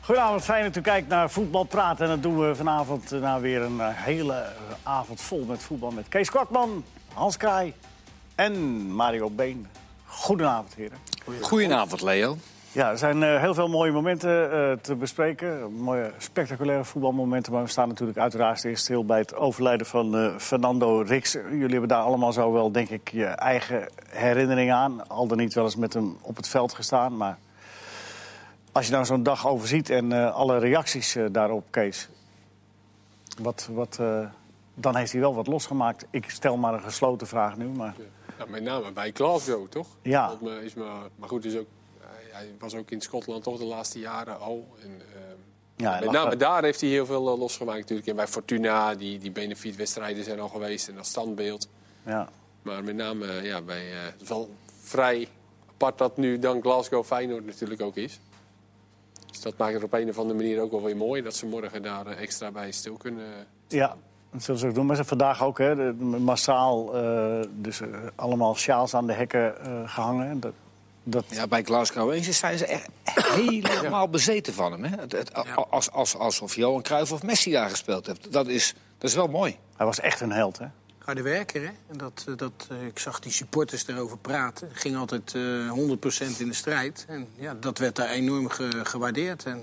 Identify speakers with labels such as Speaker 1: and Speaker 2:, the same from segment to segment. Speaker 1: Goedenavond, fijn dat u kijkt naar Voetbal Praten. En dat doen we vanavond eh, na weer een eh, hele eh, avond vol met voetbal... met Kees Kwakman, Hans Kraai en Mario Been. Goedenavond, heren.
Speaker 2: Goedenavond, Leo.
Speaker 1: Ja, er zijn eh, heel veel mooie momenten eh, te bespreken. Mooie, spectaculaire voetbalmomenten. Maar we staan natuurlijk uiteraard eerst stil bij het overlijden van eh, Fernando Rix. Jullie hebben daar allemaal zo wel, denk ik, je eigen herinnering aan. Al dan niet wel eens met hem op het veld gestaan. Maar als je nou zo'n dag overziet en eh, alle reacties eh, daarop, Kees... Wat, wat, eh, dan heeft hij wel wat losgemaakt. Ik stel maar een gesloten vraag nu, maar...
Speaker 3: Nou, met name bij Glasgow, toch?
Speaker 1: Ja.
Speaker 3: Want, eh, is maar, maar goed, is ook, hij, hij was ook in Schotland toch de laatste jaren al. En, eh,
Speaker 1: Ja, hij
Speaker 3: met
Speaker 1: lag
Speaker 3: name
Speaker 1: daar-
Speaker 3: daar heeft hij heel veel eh, losgemaakt natuurlijk. En bij Fortuna, die, die benefietwedstrijden zijn al geweest en dat standbeeld.
Speaker 1: Ja.
Speaker 3: Maar met name, eh, ja, bij, eh, het is wel vrij apart dat nu dan Glasgow Feyenoord natuurlijk ook is. Dus dat maakt het op een of andere manier ook wel weer mooi... dat ze morgen daar eh, extra bij stil kunnen... eh,
Speaker 1: Ja, dat zullen ze ook doen. Maar ze hebben vandaag ook hè, de- massaal eh, dus, eh, allemaal sjaals aan de hekken eh, gehangen. Dat, dat,
Speaker 2: Ja, bij Glasgow Rangers zijn ze echt helemaal bezeten van hem. Hè? Het, het- als, als, alsof Johan Cruijff of Messi daar gespeeld heeft. Dat is, dat is wel mooi.
Speaker 1: Hij was echt een held, hè?
Speaker 4: Harde werker, hè? En dat, eh, dat, eh, ik zag die supporters erover praten. Ging altijd eh 100% in de strijd. En ja, dat werd daar enorm ge- gewaardeerd. En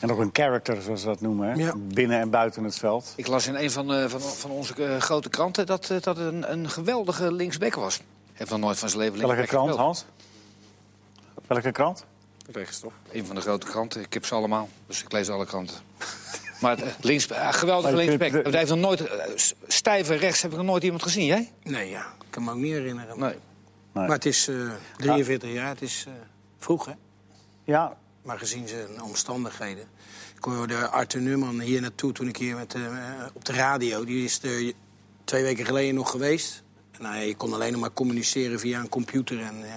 Speaker 1: En ook een character, zoals ze dat noemen, hè?
Speaker 4: Ja.
Speaker 1: Binnen en buiten het veld.
Speaker 2: Ik las in een van, eh, van, van onze eh, grote kranten dat eh, dat het een, een geweldige linksback was. Heeft nog nooit van zijn leven
Speaker 1: Welke
Speaker 2: linksback
Speaker 1: krant,
Speaker 2: gespeeld.
Speaker 1: Hans? Welke krant?
Speaker 3: Rechts, toch?
Speaker 2: Een van de grote kranten. Ik heb ze allemaal, dus ik lees alle kranten. maar eh, links, eh, geweldige
Speaker 1: Maar je kunt-
Speaker 2: linksback. Hij heeft nog nooit, eh, s- stijf en rechts heb ik nog nooit iemand gezien, jij?
Speaker 4: nee, ja, ik kan me ook niet herinneren.
Speaker 2: Nee.
Speaker 1: Nee.
Speaker 4: Maar het is eh, 43 jaar, het is eh, vroeg, hè?
Speaker 1: Ja,
Speaker 4: Maar gezien zijn omstandigheden. Ik hoorde Arthur Nurman hier naartoe toen ik hier met, hem, eh, op de radio. Die is er twee weken geleden nog geweest. En hij kon alleen nog maar communiceren via een computer. En, eh,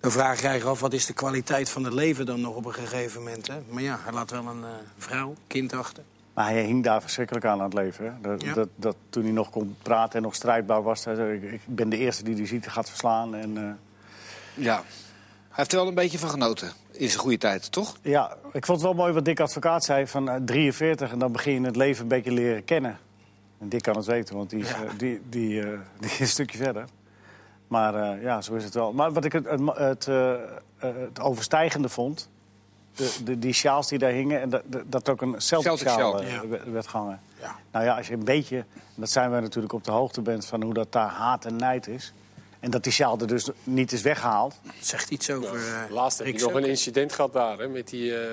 Speaker 4: dan vraag je je af, wat is de kwaliteit van het leven dan nog op een gegeven moment? Hè? Maar ja, hij laat wel een eh, vrouw, kind achter.
Speaker 1: maar hij hing daar verschrikkelijk aan aan het leven. Hè? Dat,
Speaker 4: Ja.
Speaker 1: dat, dat toen hij nog kon praten en nog strijdbaar was, hij zei, ik, ik ben de eerste die die ziekte gaat verslaan. En, eh,
Speaker 2: Ja. Hij heeft er wel een beetje van genoten in zijn goede tijd, toch?
Speaker 1: Ja, ik vond het wel mooi wat Dick Advocaat zei van eh, 43 en dan begin je het leven een beetje leren kennen. En Dick kan het weten, want die is, eh, die, die, eh, die is een stukje verder. Maar eh, ja, zo is het wel. Maar wat ik het, het, ma- het, eh, eh, het overstijgende vond, de, de, die sjaals die daar hingen... en dat, dat- dat ook een Celtic
Speaker 2: Celtic
Speaker 1: sjaal
Speaker 2: sjaal,
Speaker 1: eh,
Speaker 4: ja.
Speaker 1: werd- werd gehangen.
Speaker 4: Ja.
Speaker 1: Nou ja, als je een beetje, en dat zijn wij natuurlijk op de hoogte bent... van hoe dat daar haat en nijd is... en dat die sjaal er dus niet is weggehaald...
Speaker 4: Het zegt iets over... eh,
Speaker 3: Laatst heb
Speaker 4: Rick
Speaker 3: je nog een
Speaker 4: Zeppel.
Speaker 3: incident gehad daar, hè, met die, eh,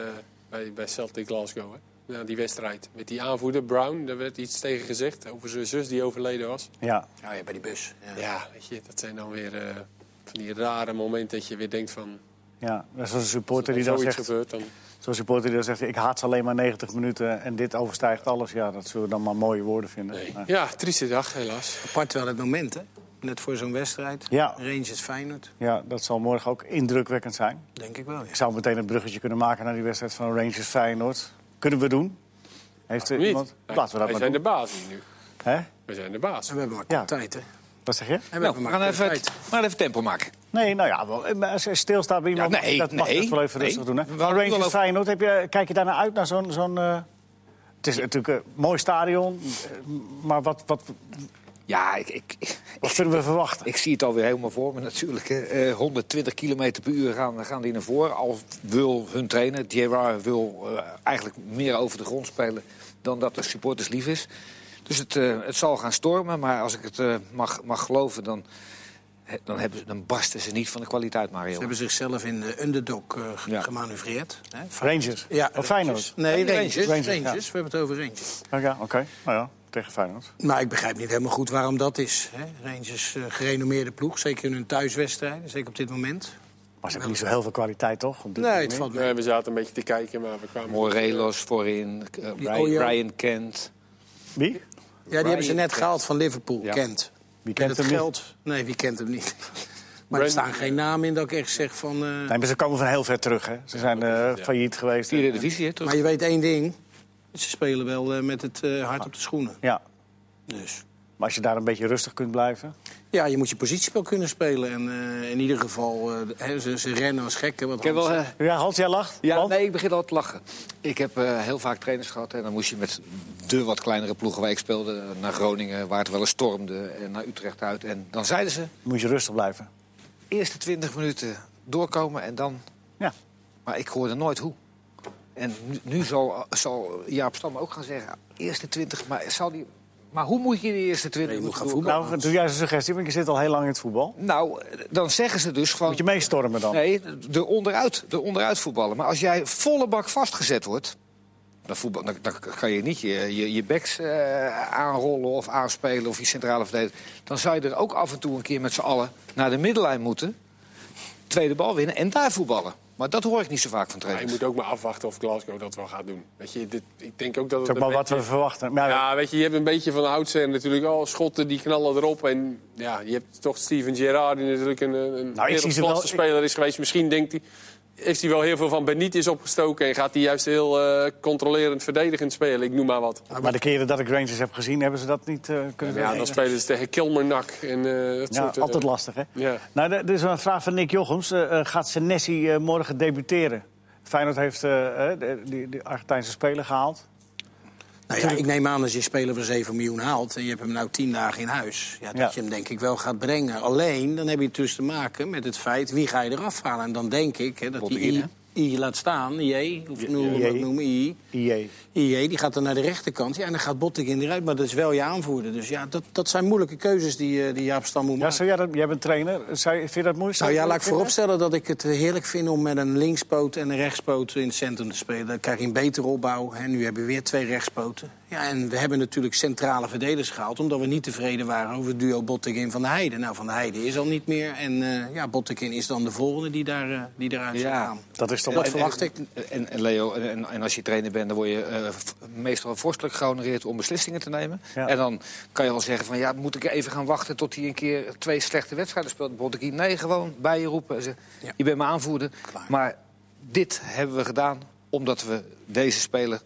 Speaker 3: bij, bij Celtic Glasgow. Hè? Na die wedstrijd. Met die aanvoerder Brown, daar werd iets tegen gezegd over zijn zus die overleden was.
Speaker 1: ja,
Speaker 4: Oh ja, bij die bus. Ja.
Speaker 3: Ja, weet je, dat zijn dan weer eh, van die rare momenten dat je weer denkt van...
Speaker 1: ja, dat is een
Speaker 3: Als
Speaker 1: supporter
Speaker 3: er
Speaker 1: die dan
Speaker 3: zoiets
Speaker 1: zegt...
Speaker 3: gebeurt, dan...
Speaker 1: Zo'n supporter die dan zegt, ik haat ze alleen maar 90 minuten en dit overstijgt alles. Ja, dat zullen we dan maar mooie woorden vinden.
Speaker 3: Nee.
Speaker 1: Maar-
Speaker 3: Ja, trieste dag helaas.
Speaker 4: Apart wel het moment, hè? Net voor zo'n wedstrijd.
Speaker 1: Ja.
Speaker 4: Rangers Feyenoord,
Speaker 1: Ja, dat zal morgen ook indrukwekkend zijn.
Speaker 4: denk ik wel. Ja.
Speaker 1: Ik zou meteen een bruggetje kunnen maken naar die wedstrijd van Rangers Feyenoord. Kunnen we doen? Heeft er
Speaker 3: Niet.
Speaker 1: iemand? Laten we
Speaker 3: Wij
Speaker 1: dat maar
Speaker 3: zijn de
Speaker 1: doen.
Speaker 3: baas hier nu.
Speaker 1: Hè?
Speaker 3: We zijn de baas.
Speaker 4: En we hebben maar
Speaker 1: Ja.
Speaker 4: kort tijd, hè? En
Speaker 1: Wat zeg je?
Speaker 4: we
Speaker 2: Nou,
Speaker 4: hebben
Speaker 2: we
Speaker 4: maar
Speaker 2: gaan
Speaker 4: kort
Speaker 2: even,
Speaker 4: tijd.
Speaker 2: we gaan even tempo maken.
Speaker 1: Nee, nou ja, wel, eh, maar als je stilstaat bij iemand,
Speaker 2: Ja, nee,
Speaker 1: dat mag je
Speaker 2: nee,
Speaker 1: echt wel even
Speaker 2: nee.
Speaker 1: rustig doen. Hè?
Speaker 2: We
Speaker 1: Maar
Speaker 2: hadden het
Speaker 1: Rangers
Speaker 2: wel over-
Speaker 1: Feyenoord, heb je, kijk je daarna uit naar zo'n... zo'n eh, Het is natuurlijk een mooi stadion, eh, maar wat, wat,
Speaker 2: Ja, ik, ik, ik,
Speaker 1: wat kunnen we verwachten?
Speaker 2: ik zie het alweer helemaal voor me natuurlijk. hè. Eh, 120 km per uur gaan, gaan die naar voren. Al wil hun trainer, Gerard, wil eh, eigenlijk meer over de grond spelen... dan dat de supporters lief is. Dus het, eh, het zal gaan stormen, maar als ik het eh, mag, mag geloven... Dan, he- dan, hebben, ze- dan barsten ze niet van de kwaliteit, Mario.
Speaker 4: Ze hebben zichzelf in de underdog eh, ge-
Speaker 2: Ja.
Speaker 4: gemanoeuvreerd. Hè?
Speaker 1: Rangers, ja, of
Speaker 4: Rangers.
Speaker 1: Oh, Feyenoord?
Speaker 4: Nee,
Speaker 2: Ja,
Speaker 4: Rangers.
Speaker 2: Rangers,
Speaker 4: Rangers,
Speaker 1: ja.
Speaker 4: We hebben het over Rangers.
Speaker 1: Oh ja, oké. Nou ja, tegen Feyenoord.
Speaker 4: Maar ik begrijp niet helemaal goed waarom dat is. Hè? Rangers, eh, gerenommeerde ploeg. Zeker in hun thuiswedstrijden, zeker op dit moment.
Speaker 1: Maar ze hebben niet zo heel veel kwaliteit, toch? Op dit
Speaker 4: Nee,
Speaker 1: moment?
Speaker 4: het valt mee.
Speaker 3: Nee, we zaten een beetje te kijken, maar we kwamen...
Speaker 2: Morelos voorin, eh, Ryan,
Speaker 4: Ojo.
Speaker 2: Ryan Kent.
Speaker 1: Wie?
Speaker 4: Ja, die hebben ze net
Speaker 2: Kent.
Speaker 4: gehaald van Liverpool.
Speaker 2: Ja.
Speaker 4: Kent.
Speaker 1: Wie
Speaker 4: Met
Speaker 1: kent
Speaker 4: het
Speaker 1: hem niet?
Speaker 4: geld. Nee, wie kent hem niet? maar er staan geen namen in dat ik echt zeg van... eh,
Speaker 1: Nee, maar ze komen van heel ver terug, hè. Ze zijn eh, failliet geweest.
Speaker 2: Vierde divisie, hè? terug.
Speaker 4: Maar je weet één ding. Ze spelen wel eh, met het eh, hart op de schoenen.
Speaker 1: Ja.
Speaker 4: Dus.
Speaker 1: Maar als je daar een beetje rustig kunt blijven.
Speaker 4: Ja, je moet je positiespel kunnen spelen. En eh, in ieder geval, eh, hè, ze, ze rennen als gekken. Want
Speaker 2: Ik heb wel,
Speaker 4: anders-
Speaker 2: eh,
Speaker 1: Ja, Hans, jij lacht.
Speaker 2: Ja,
Speaker 1: Want-
Speaker 2: nee, ik begin al te lachen. Ik heb eh, heel vaak trainers gehad. En dan moest je met de wat kleinere ploegen waar ik speelde... naar Groningen, waar het wel eens stormde, en naar Utrecht uit. En dan zeiden ze,
Speaker 1: Moet je rustig blijven.
Speaker 2: eerste 20 minuten doorkomen en dan...
Speaker 1: Ja.
Speaker 2: Maar ik hoorde nooit hoe. En nu, nu zal, zal Jaap Stam ook gaan zeggen, eerste 20, maar, zal die, maar hoe moet je die eerste 20
Speaker 4: Nee, je moet gaan
Speaker 2: doorkomen?
Speaker 1: Nou, doe juist een suggestie, want je zit al heel lang in het voetbal.
Speaker 2: Nou, dan zeggen ze dus gewoon...
Speaker 1: Moet je meestormen dan?
Speaker 2: Nee, de onderuit, de onderuit voetballen. Maar als jij volle bak vastgezet wordt, dan, voetbal, dan, dan kan je niet je, je, je backs eh, aanrollen of aanspelen of je centrale verdediger. Dan zou je er ook af en toe een keer met z'n allen naar de middenlijn moeten. Tweede bal winnen en daar voetballen. Maar dat hoor ik niet zo vaak van
Speaker 3: Maar je
Speaker 2: trainers.
Speaker 3: moet ook maar afwachten of Glasgow dat wel gaat doen. Weet je, dit, ik denk ook dat het
Speaker 1: Zeg
Speaker 3: een
Speaker 1: maar wat
Speaker 3: beetje-
Speaker 1: we verwachten. Nou, ja,
Speaker 3: Ja, weet je, je hebt een beetje van oudsher natuurlijk. Oh, schotten die knallen erop. En ja, je hebt toch Steven Gerrard, die natuurlijk een, een
Speaker 1: Nou, ik zie ze wel-
Speaker 3: wereldklasse speler is geweest. Misschien denkt hij, heeft hij wel heel veel van Benitez opgestoken. En gaat hij juist heel eh, controlerend verdedigend spelen. Ik noem maar wat.
Speaker 1: maar de keren dat ik Rangers heb gezien, hebben ze dat niet eh, kunnen
Speaker 3: Ja, dan
Speaker 1: doen.
Speaker 3: spelen ze tegen Kilmernak en eh, dat
Speaker 1: Ja,
Speaker 3: soort... eh,
Speaker 1: altijd lastig, hè?
Speaker 3: Ja.
Speaker 1: Nou, er er is een vraag van Nick Jochems. Eh, eh, gaat Senesi eh, morgen debuteren? Feyenoord heeft eh, eh, de- die, die Argentijnse speler gehaald.
Speaker 4: Nou ja, ik neem aan als je een speler van 7 miljoen haalt en je hebt hem nou 10 dagen in huis. Ja, dat
Speaker 1: Ja.
Speaker 4: je hem denk ik wel gaat brengen. Alleen, dan heb je het dus te maken met het feit wie ga je eraf halen. En dan denk ik hè, dat die I,
Speaker 2: Botteguin,
Speaker 4: I laat staan, IJ, of noem hoe we dat noemen, I. E.
Speaker 1: IE.
Speaker 4: IJ, die gaat dan naar de rechterkant. Ja, en dan gaat Botteguin eruit, maar dat is wel je aanvoerder. Dus ja, dat, dat zijn moeilijke keuzes die, eh, die Jaap Stam moet
Speaker 1: Ja,
Speaker 4: maken.
Speaker 1: zo, ja, dat, jij bent trainer. Zou, je- vind je dat moeilijk?
Speaker 4: Nou ja, laat ik
Speaker 1: Vinden?
Speaker 4: vooropstellen dat ik het heerlijk vind om met een linkspoot en een rechtspoot in het centrum te spelen. Dan krijg je een betere opbouw. Hè. Nu hebben we weer twee rechtspoten. Ja, en we hebben natuurlijk centrale verdedigers gehaald... omdat we niet tevreden waren over het duo Bottekin van de Heide. Nou, van de Heide is al niet meer. En eh, ja, Bottekin is dan de volgende die, daar, eh, die eruit zou
Speaker 2: Ja.
Speaker 4: gaan.
Speaker 1: Dat is toch
Speaker 4: Dat
Speaker 1: wel-
Speaker 4: verwacht ik.
Speaker 2: eh, En, en Leo, en, en als je trainer bent, dan word je eh, v- meestal vorstelijk gehonoreerd om beslissingen te nemen.
Speaker 1: Ja.
Speaker 2: En dan kan je wel zeggen van ja, moet ik even gaan wachten tot hij een keer twee slechte wedstrijden speelt. Bijvoorbeeld ik hier- nee, gewoon bij je roepen en zeggen,
Speaker 4: Ja.
Speaker 2: je bent mijn aanvoerder.
Speaker 4: Klaar.
Speaker 2: Maar dit hebben we gedaan omdat we deze speler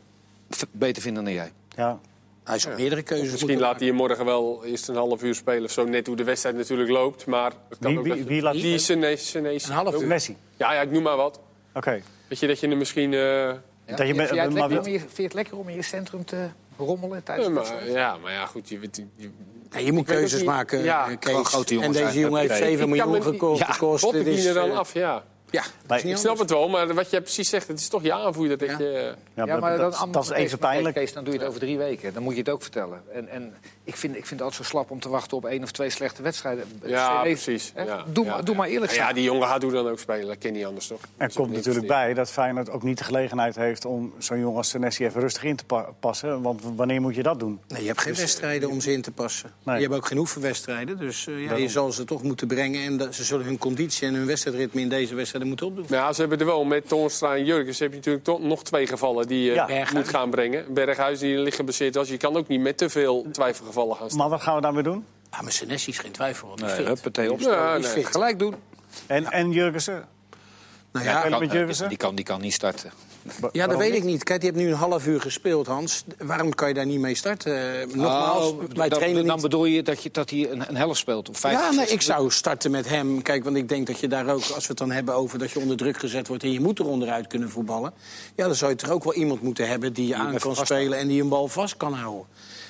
Speaker 2: v- beter vinden dan jij.
Speaker 1: Ja.
Speaker 4: Hij zou meerdere keuzes
Speaker 3: Dus Misschien
Speaker 4: moeten
Speaker 3: laat hij je morgen wel eerst een half uur spelen of zo. Net hoe de wedstrijd natuurlijk loopt. Maar het kan
Speaker 1: Wie-
Speaker 3: ook
Speaker 1: wie-
Speaker 3: dat je-
Speaker 1: wie laat-
Speaker 3: die Senesi- Senesi-
Speaker 4: Een half uur.
Speaker 1: Messi.
Speaker 3: Ja, ja, ik noem maar wat.
Speaker 1: Oké.
Speaker 3: Weet je, dat je hem misschien... eh,
Speaker 2: Ja?
Speaker 1: Dat je met-
Speaker 2: vind, jij het
Speaker 1: maar
Speaker 2: lekker
Speaker 1: wel-
Speaker 2: om je, vind je het lekker om in je centrum te rommelen tijdens
Speaker 3: eh,
Speaker 2: de
Speaker 3: maar, ja, maar ja, goed. Je, weet- je,
Speaker 4: Ja, je moet
Speaker 3: weet
Speaker 4: keuzes
Speaker 3: ook niet-
Speaker 4: maken,
Speaker 3: ja,
Speaker 4: eh,
Speaker 2: gewoon
Speaker 4: Kees.
Speaker 2: grote jongens
Speaker 4: en deze
Speaker 2: zijn.
Speaker 4: jongen heeft
Speaker 2: Nee.
Speaker 4: 7
Speaker 3: Ik kan
Speaker 4: miljoen
Speaker 3: me niet-
Speaker 4: gekost.
Speaker 2: Ja,
Speaker 4: gekost.
Speaker 3: Wat
Speaker 4: Dit
Speaker 3: ik
Speaker 4: is,
Speaker 3: er dan
Speaker 4: eh,
Speaker 3: af, ja.
Speaker 4: Ja, dat is
Speaker 1: ik
Speaker 4: niet
Speaker 3: Ik snap
Speaker 4: anders.
Speaker 3: het wel, maar wat jij precies zegt, het is toch je aanvoerder dat
Speaker 4: Ja.
Speaker 3: je...
Speaker 1: Ja, maar dat, dat, is even pijnlijk.
Speaker 2: Kees, dan doe je het over drie weken. Dan moet je het ook vertellen. En, en ik, vind, ik vind het altijd zo slap om te wachten op één of twee slechte wedstrijden.
Speaker 3: Ja,
Speaker 2: CV,
Speaker 3: precies.
Speaker 2: hè?
Speaker 3: Ja,
Speaker 2: Doe,
Speaker 3: ja,
Speaker 2: maar,
Speaker 3: ja.
Speaker 2: doe maar eerlijk
Speaker 3: Ja,
Speaker 2: zijn.
Speaker 3: die jongen gaat hoe dan ook spelen. Dat ken niet anders, toch?
Speaker 1: Er komt natuurlijk bij dat Feyenoord ook niet de gelegenheid heeft... om zo'n jongen als Senesi even rustig in te pa- passen. Want w- wanneer moet je dat doen?
Speaker 4: Nee, je hebt geen wedstrijden om ze in te passen.
Speaker 1: Nee.
Speaker 4: Je hebt ook geen oefenwedstrijden. Dus eh, ja, je
Speaker 1: Daarom.
Speaker 4: zal ze toch moeten brengen. En dat- ze zullen hun conditie en hun wedstrijdritme in deze wedstrijden moeten opdoen.
Speaker 3: Nou, ja, ze hebben er wel met Toornstra en Jurkens heb je natuurlijk toch nog twee gevallen die je
Speaker 1: Ja.
Speaker 3: moet
Speaker 4: Berghuis.
Speaker 3: gaan brengen. Berghuis die ligt geblesseerd was. Je kan ook niet met te veel twijfelgevallen gaan staan.
Speaker 1: Maar wat gaan we daarmee doen?
Speaker 4: Ah, maar Senesi is geen twijfel. want die is
Speaker 2: Nee,
Speaker 4: fit.
Speaker 2: huppatee opstellen.
Speaker 3: Ja,
Speaker 4: Die is
Speaker 3: Ah, nee.
Speaker 4: fit.
Speaker 2: Gelijk doen.
Speaker 1: En, en Jurgensen?
Speaker 4: Nou
Speaker 1: Ja,
Speaker 4: ja,
Speaker 1: kan- met Jurgensen?
Speaker 2: die, kan, die kan niet starten.
Speaker 1: Wa-
Speaker 4: ja, dat
Speaker 1: waarom
Speaker 4: weet ik
Speaker 1: niet?
Speaker 4: niet. Kijk, je hebt nu een half uur gespeeld, Hans. Waarom kan je daar niet mee starten? Eh, Nogmaals,
Speaker 2: Oh,
Speaker 4: wij
Speaker 2: dan,
Speaker 4: trainen
Speaker 2: dan
Speaker 4: niet.
Speaker 2: bedoel je dat, je, dat hij een, een helft speelt? Of vijf,
Speaker 4: Ja, nee,
Speaker 2: zes
Speaker 4: ik zou starten met hem. Kijk, want ik denk dat je daar ook, als we het dan hebben over dat je onder druk gezet wordt en je moet er onderuit kunnen voetballen. Ja, dan zou je toch ook wel iemand moeten hebben die je aan
Speaker 2: even
Speaker 4: kan
Speaker 2: vast-
Speaker 4: spelen en die een bal vast kan houden.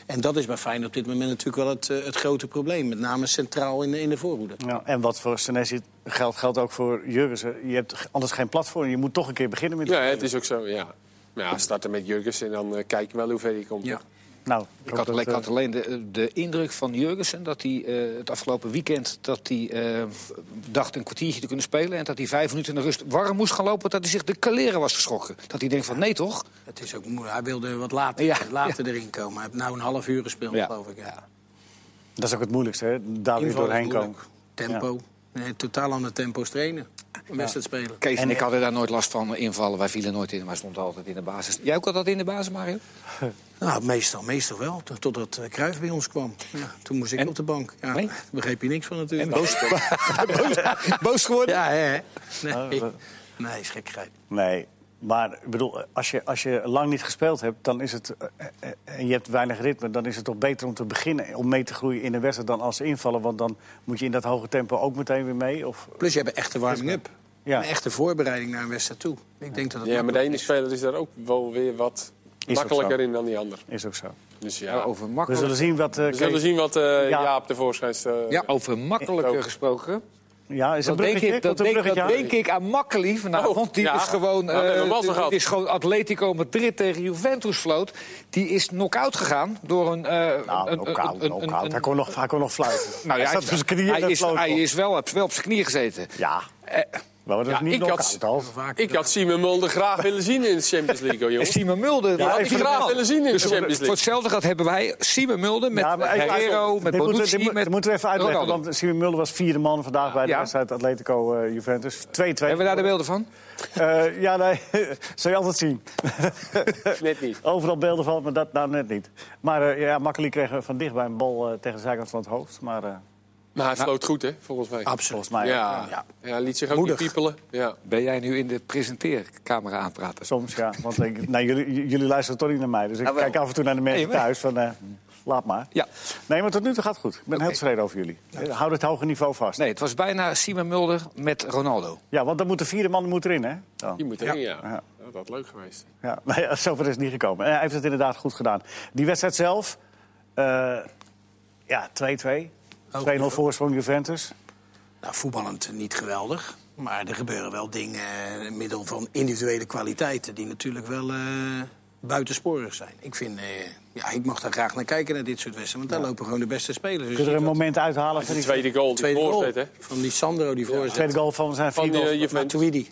Speaker 4: En dat is bij Feyenoord op dit moment natuurlijk wel het, eh, het grote probleem. Met name centraal in de, in de voorhoede.
Speaker 1: Ja, en wat voor Senesi geldt, geldt ook voor Jurgensen. Je hebt g- anders geen platform. Je moet toch een keer beginnen met...
Speaker 3: Ja, het is ook zo, ja. Maar ja, starten met Jurkens en dan eh, kijken we wel hoe ver je komt.
Speaker 4: Ja.
Speaker 1: Nou,
Speaker 2: Ik had, alleen- ik had alleen de, de indruk van Jurgensen dat hij eh, het afgelopen weekend dat hij, eh, dacht een kwartiertje te kunnen spelen. En dat hij vijf minuten in de rust warm moest gaan lopen. Dat hij zich de kaleren was geschrokken. Dat hij denkt van nee toch?
Speaker 4: Het is ook moeilijk. Hij wilde wat later, eh,
Speaker 2: Ja,
Speaker 4: later erin komen. Hij heeft nou een half uur gespeeld,
Speaker 2: Ja.
Speaker 4: geloof ik. Ja.
Speaker 1: Dat is ook het moeilijkste, hè? daar weer
Speaker 4: Inval is
Speaker 1: doorheen komen.
Speaker 4: moeilijk. Tempo. Nee, totaal ander tempo's trainen. Een wedstrijd spelen.
Speaker 2: Kees en,
Speaker 1: En-
Speaker 2: ik hadden daar nooit last van invallen. Wij vielen nooit in, maar stonden altijd in de basis. Jij ook altijd in de basis, Mario?
Speaker 4: Nou, meestal, meestal wel. Tot- Totdat eh, Cruijff bij ons kwam. Ja, toen moest ik
Speaker 2: En-
Speaker 4: op de bank. Ja,
Speaker 2: Nee?
Speaker 4: begreep je niks van natuurlijk.
Speaker 2: Boos geworden?
Speaker 4: Ja, hè? hè?
Speaker 1: Oh,
Speaker 4: Nee,
Speaker 1: dat-
Speaker 4: nee is gek Cruijff.
Speaker 1: Nee. Maar ik bedoel, als je, als je lang niet gespeeld hebt dan is het, eh, eh, en je hebt weinig ritme... dan is het toch beter om te beginnen, om mee te groeien in een wedstrijd... dan als invallen, want dan moet je in dat hoge tempo ook meteen weer mee. Of,
Speaker 4: Plus je hebt een echte warming-up.
Speaker 1: Ja.
Speaker 4: Een echte voorbereiding naar een wedstrijd toe. Ik denk
Speaker 3: Ja,
Speaker 4: dat dat
Speaker 3: maar de
Speaker 4: makkelijk
Speaker 3: ene speler is daar ook wel weer wat
Speaker 1: ook
Speaker 3: makkelijker
Speaker 1: zo.
Speaker 3: in dan die ander.
Speaker 1: is ook zo.
Speaker 3: Dus
Speaker 2: Ja,
Speaker 3: ja,
Speaker 2: over
Speaker 1: We
Speaker 2: makkelijk,
Speaker 1: zullen zien wat... eh,
Speaker 3: we zullen
Speaker 1: Kees-
Speaker 3: zien wat eh
Speaker 1: Ja.
Speaker 3: Jaap eh. tevoorschijn stelt.
Speaker 2: ja, over makkelijker gesproken.
Speaker 1: Ja, is een
Speaker 2: Dat denk,
Speaker 1: bruggetje?
Speaker 2: ik, dat,
Speaker 1: Komt
Speaker 2: denk,
Speaker 1: een
Speaker 2: dat
Speaker 1: bruggetje aan?
Speaker 2: denk ik aan Makkeli vanavond.
Speaker 3: Oh,
Speaker 2: die
Speaker 3: ja.
Speaker 2: is gewoon,
Speaker 3: Nou, dat hebben we
Speaker 2: eh,
Speaker 3: mazzel
Speaker 2: die-
Speaker 3: gehad.
Speaker 2: die is gewoon Atletico Madrid tegen Juventus floot. Die is knock-out gegaan door een... eh,
Speaker 1: Nou,
Speaker 2: een-
Speaker 1: ook
Speaker 2: een-
Speaker 1: koud,
Speaker 2: een-
Speaker 1: ook
Speaker 2: een-
Speaker 1: koud.
Speaker 2: een-
Speaker 1: Hij kon nog, hij kon nog fluiten.
Speaker 2: Nou ja,
Speaker 1: hij
Speaker 2: hij,
Speaker 1: staat op zijn knieën
Speaker 2: hij
Speaker 1: en
Speaker 2: is,
Speaker 1: floot
Speaker 2: hij
Speaker 1: nog.
Speaker 2: is Eh, wel, heeft wel op zijn knieën gezeten.
Speaker 1: Ja, maar dat is
Speaker 3: ja,
Speaker 1: niet
Speaker 3: ik
Speaker 1: nog
Speaker 3: had-
Speaker 1: koud al.
Speaker 4: vaak.
Speaker 3: Ik had Simon Mulder graag willen zien in de Champions League, hoor,
Speaker 2: En
Speaker 3: jongens.
Speaker 2: Simon Mulder...
Speaker 3: Ik
Speaker 2: had
Speaker 3: had
Speaker 2: ik
Speaker 3: die graag willen zien in de
Speaker 2: Dus voor,
Speaker 3: Champions
Speaker 2: voor
Speaker 3: League.
Speaker 2: hetzelfde geld hebben wij Simon Mulder met
Speaker 1: Ja, maar even-
Speaker 2: Herrero, met
Speaker 1: dit moeten-
Speaker 2: Bonucci,
Speaker 1: dit moet-
Speaker 2: met
Speaker 1: dit moeten we even uitleggen,
Speaker 2: Ronaldo.
Speaker 1: want Simon Mulder was vierde man vandaag bij de
Speaker 2: Ja.
Speaker 1: wedstrijd eh, Atletico-Juventus. 2-2.
Speaker 2: Hebben we daar de beelden van?
Speaker 1: Eh, ja, nee, zou je altijd zien.
Speaker 3: Net niet.
Speaker 1: Overal beelden van, maar dat nou net niet. Maar eh, ja, Makkeli kreeg van dichtbij een bal eh, tegen de zijkant van het hoofd. Maar eh,
Speaker 3: Maar hij floot goed, hè, volgens mij.
Speaker 4: Absoluut.
Speaker 1: volgens mij,
Speaker 3: Ja. ja. hij liet zich ook
Speaker 4: Moedig.
Speaker 3: niet piepelen. Ja.
Speaker 2: Ben jij nu in de presenteercamera aan het praten?
Speaker 1: soms ja. Want ik, nou, jullie, j- jullie luisteren toch niet naar mij. Dus ik
Speaker 2: Ah, wel.
Speaker 1: kijk af en toe naar de mensen
Speaker 2: Nee, maar-
Speaker 1: thuis van, eh, laat maar.
Speaker 2: Ja.
Speaker 1: Nee, maar tot nu toe gaat het goed. Ik ben heel tevreden over jullie. Eh, Houd het hoge niveau vast.
Speaker 2: Nee, het was bijna Simon Mulder met Ronaldo.
Speaker 1: Ja, want dan moet de vierde man moet erin, hè? Dan.
Speaker 3: Die moet erin, ja. Nou,
Speaker 1: Ja.
Speaker 3: Dat had leuk geweest.
Speaker 1: Ja, maar ja, zover is het niet gekomen. En hij heeft het inderdaad goed gedaan. Die wedstrijd zelf, eh, ja, 2-2. 2-0 voorsprong Juventus.
Speaker 4: Nou, voetballend niet geweldig. Maar er gebeuren wel dingen eh, middel van individuele kwaliteiten... die natuurlijk wel eh, buitensporig zijn. Ik, vind, eh, ja, ik mag daar graag naar kijken, naar dit soort wedstrijden. Want daar lopen gewoon de beste spelers. Dus
Speaker 1: Kun je
Speaker 4: je
Speaker 1: er een
Speaker 4: ziet
Speaker 1: moment uithalen van
Speaker 3: De
Speaker 1: die
Speaker 3: tweede goal, die
Speaker 4: tweede goal
Speaker 3: voorzet, hè.
Speaker 4: van Lissandro, die voorzet.
Speaker 1: tweede goal van zijn
Speaker 3: Van
Speaker 1: vier
Speaker 3: die,
Speaker 1: goals?
Speaker 3: eh, Juventus.
Speaker 4: Matuidi.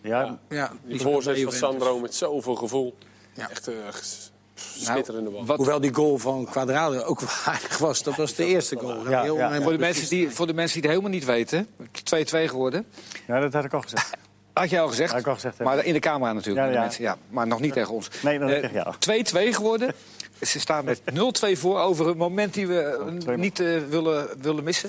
Speaker 1: Ja,
Speaker 4: Ja,
Speaker 3: Die
Speaker 4: speelt
Speaker 3: voorzet
Speaker 4: bij
Speaker 3: van
Speaker 4: Juventus.
Speaker 3: Sandro met zoveel gevoel.
Speaker 4: Ja.
Speaker 3: Echt eh, ges- schitterende bal.
Speaker 2: Wat,
Speaker 4: Hoewel die goal van Quadrado ook waardig was. Dat was de eerste goal.
Speaker 1: Ja, ja.
Speaker 2: voor, de mensen die, voor de mensen die het helemaal niet weten, 2-2 geworden.
Speaker 1: ja, dat had ik al gezegd.
Speaker 2: Had jij al gezegd?
Speaker 1: Had ik al gezegd, hè.
Speaker 2: maar in de camera natuurlijk.
Speaker 1: Ja,
Speaker 2: met de
Speaker 1: ja.
Speaker 2: mensen, ja. Maar nog niet tegen ons.
Speaker 1: Nee, nog niet
Speaker 2: Eh,
Speaker 1: tegen jou.
Speaker 2: 2-2 geworden. Ze staan met 0-2 voor over een moment die we eh,
Speaker 1: twee-
Speaker 2: niet eh, willen, willen missen.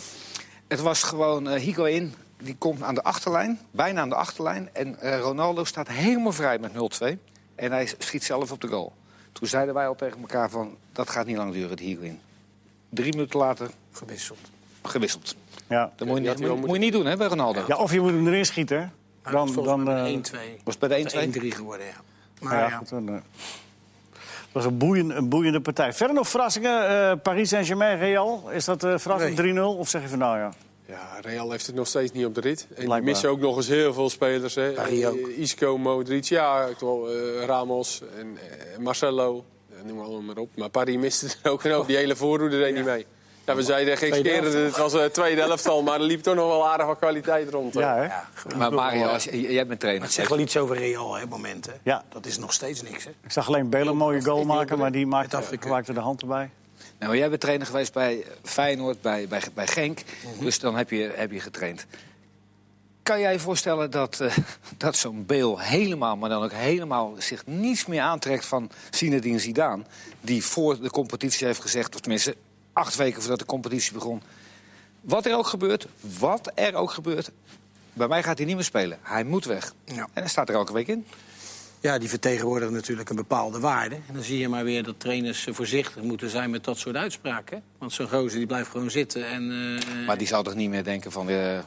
Speaker 2: Het was gewoon eh Higo in. Die komt aan de achterlijn, bijna aan de achterlijn. En eh, Ronaldo staat helemaal vrij met 0-2. En hij schiet zelf op de goal. Toen zeiden wij al tegen elkaar van, dat gaat niet lang duren, die Higo in. Drie minuten later
Speaker 4: gewisseld.
Speaker 2: gewisseld.
Speaker 1: Ja.
Speaker 2: Dat moet je,
Speaker 3: die had
Speaker 2: niet,
Speaker 3: hij wel
Speaker 2: moet, je niet doen, hè, bij Ronaldo.
Speaker 1: ja, of je moet hem erin schieten. hè. Dan, dan, eh,
Speaker 4: dan 1-2.
Speaker 2: Was bij de 1-2?
Speaker 4: 1-3 geworden, ja. Maar
Speaker 1: nou ja,
Speaker 4: ja,
Speaker 1: goed, dan, eh, het was een boeiende, een boeiende partij. Verder nog verrassingen. eh, Paris Saint-Germain, Real. Is dat eh verrassing 3-0? Of zeg je van nou ja?
Speaker 3: Ja, Real heeft het nog steeds niet op de rit. En die
Speaker 1: Blijkbaar.
Speaker 3: missen ook nog eens heel veel spelers. Hè.
Speaker 4: Paris ook.
Speaker 3: Eh, Isco, Modric, ja, ik wil, eh, Ramos en eh, Marcelo. Eh, Noem allemaal maar op. Maar Paris miste er ook een hoop. Die hele voorroede deed niet mee. Ja, we zeiden geen
Speaker 4: Tweede
Speaker 3: keer, dat het was een tweede helft al. Maar er liep toch nog wel aardig wat kwaliteit rond. hè.
Speaker 1: Ja, hè?
Speaker 4: ja, geweldig.
Speaker 2: Maar Mario, als, j- jij bent trainer.
Speaker 4: Maar het zegt wel iets over Real, hè, momenten.
Speaker 1: Ja.
Speaker 4: Dat is nog steeds niks, hè.
Speaker 1: Ik zag alleen Bale een mooie goal maken, maar die maakte,
Speaker 4: Met Afrika.
Speaker 1: maakte de hand erbij.
Speaker 2: Nou, maar jij bent trainer geweest bij eh, Feyenoord, bij, bij, bij Genk.
Speaker 4: Mhm.
Speaker 2: Dus dan heb je, heb je getraind. Kan jij je voorstellen dat, eh, dat zo'n Beel helemaal, maar dan ook helemaal... zich niets meer aantrekt van Zinedine Zidane... die voor de competitie heeft gezegd, of tenminste acht weken voordat de competitie begon... wat er ook gebeurt, wat er ook gebeurt... bij mij gaat hij niet meer spelen. Hij moet weg.
Speaker 4: Ja.
Speaker 2: En hij staat er elke week in.
Speaker 4: Ja, die vertegenwoordigen natuurlijk een bepaalde waarde. En dan zie je maar weer dat trainers eh, voorzichtig moeten zijn met dat soort uitspraken. Want zo'n gozer die blijft gewoon zitten. En, eh,
Speaker 2: Maar die zal toch niet meer denken van... eh,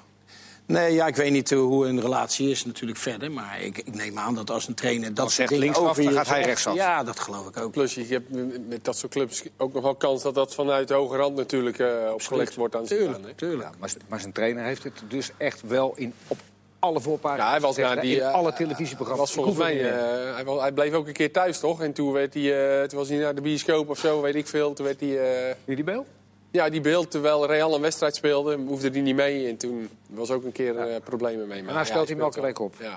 Speaker 4: Nee, ja, ik weet niet eh, hoe een relatie is natuurlijk verder. Maar ik, ik neem aan dat als een trainer dat soort
Speaker 2: zegt
Speaker 4: dingen
Speaker 2: linksaf,
Speaker 4: over
Speaker 2: dan
Speaker 4: je
Speaker 2: gaat hij
Speaker 4: zegt,
Speaker 2: rechtsaf.
Speaker 4: Ja, dat geloof ik ook.
Speaker 3: Plus, je hebt m- met dat soort clubs ook nog wel kans dat dat vanuit de hoge rand natuurlijk eh, opgelegd wordt aan Zidane. hè.
Speaker 4: Tuurlijk, tuurlijk.
Speaker 2: Ja, maar, maar zijn trainer heeft het dus echt wel in, op alle voorpagina's.
Speaker 3: Ja, hij was
Speaker 2: gezegd,
Speaker 3: na
Speaker 2: hè,
Speaker 3: die,
Speaker 2: in
Speaker 3: eh,
Speaker 2: alle
Speaker 3: Hij
Speaker 2: televisieprogramma's.
Speaker 3: was volgens
Speaker 2: Ik hoef
Speaker 3: mij,
Speaker 2: het niet meer.
Speaker 3: eh, hij, wa- hij bleef ook een keer thuis, toch? En toen, werd hij, eh, toen was hij naar de bioscoop of zo, weet ik veel. Toen werd hij... eh,
Speaker 2: Zie je die bel?
Speaker 3: Ja, die beeld, terwijl Real een wedstrijd speelde, hoefde die niet mee. En toen was ook een keer eh, problemen mee. Maar
Speaker 2: En hij stelt hem elke
Speaker 3: speelt
Speaker 2: week op.
Speaker 3: wel.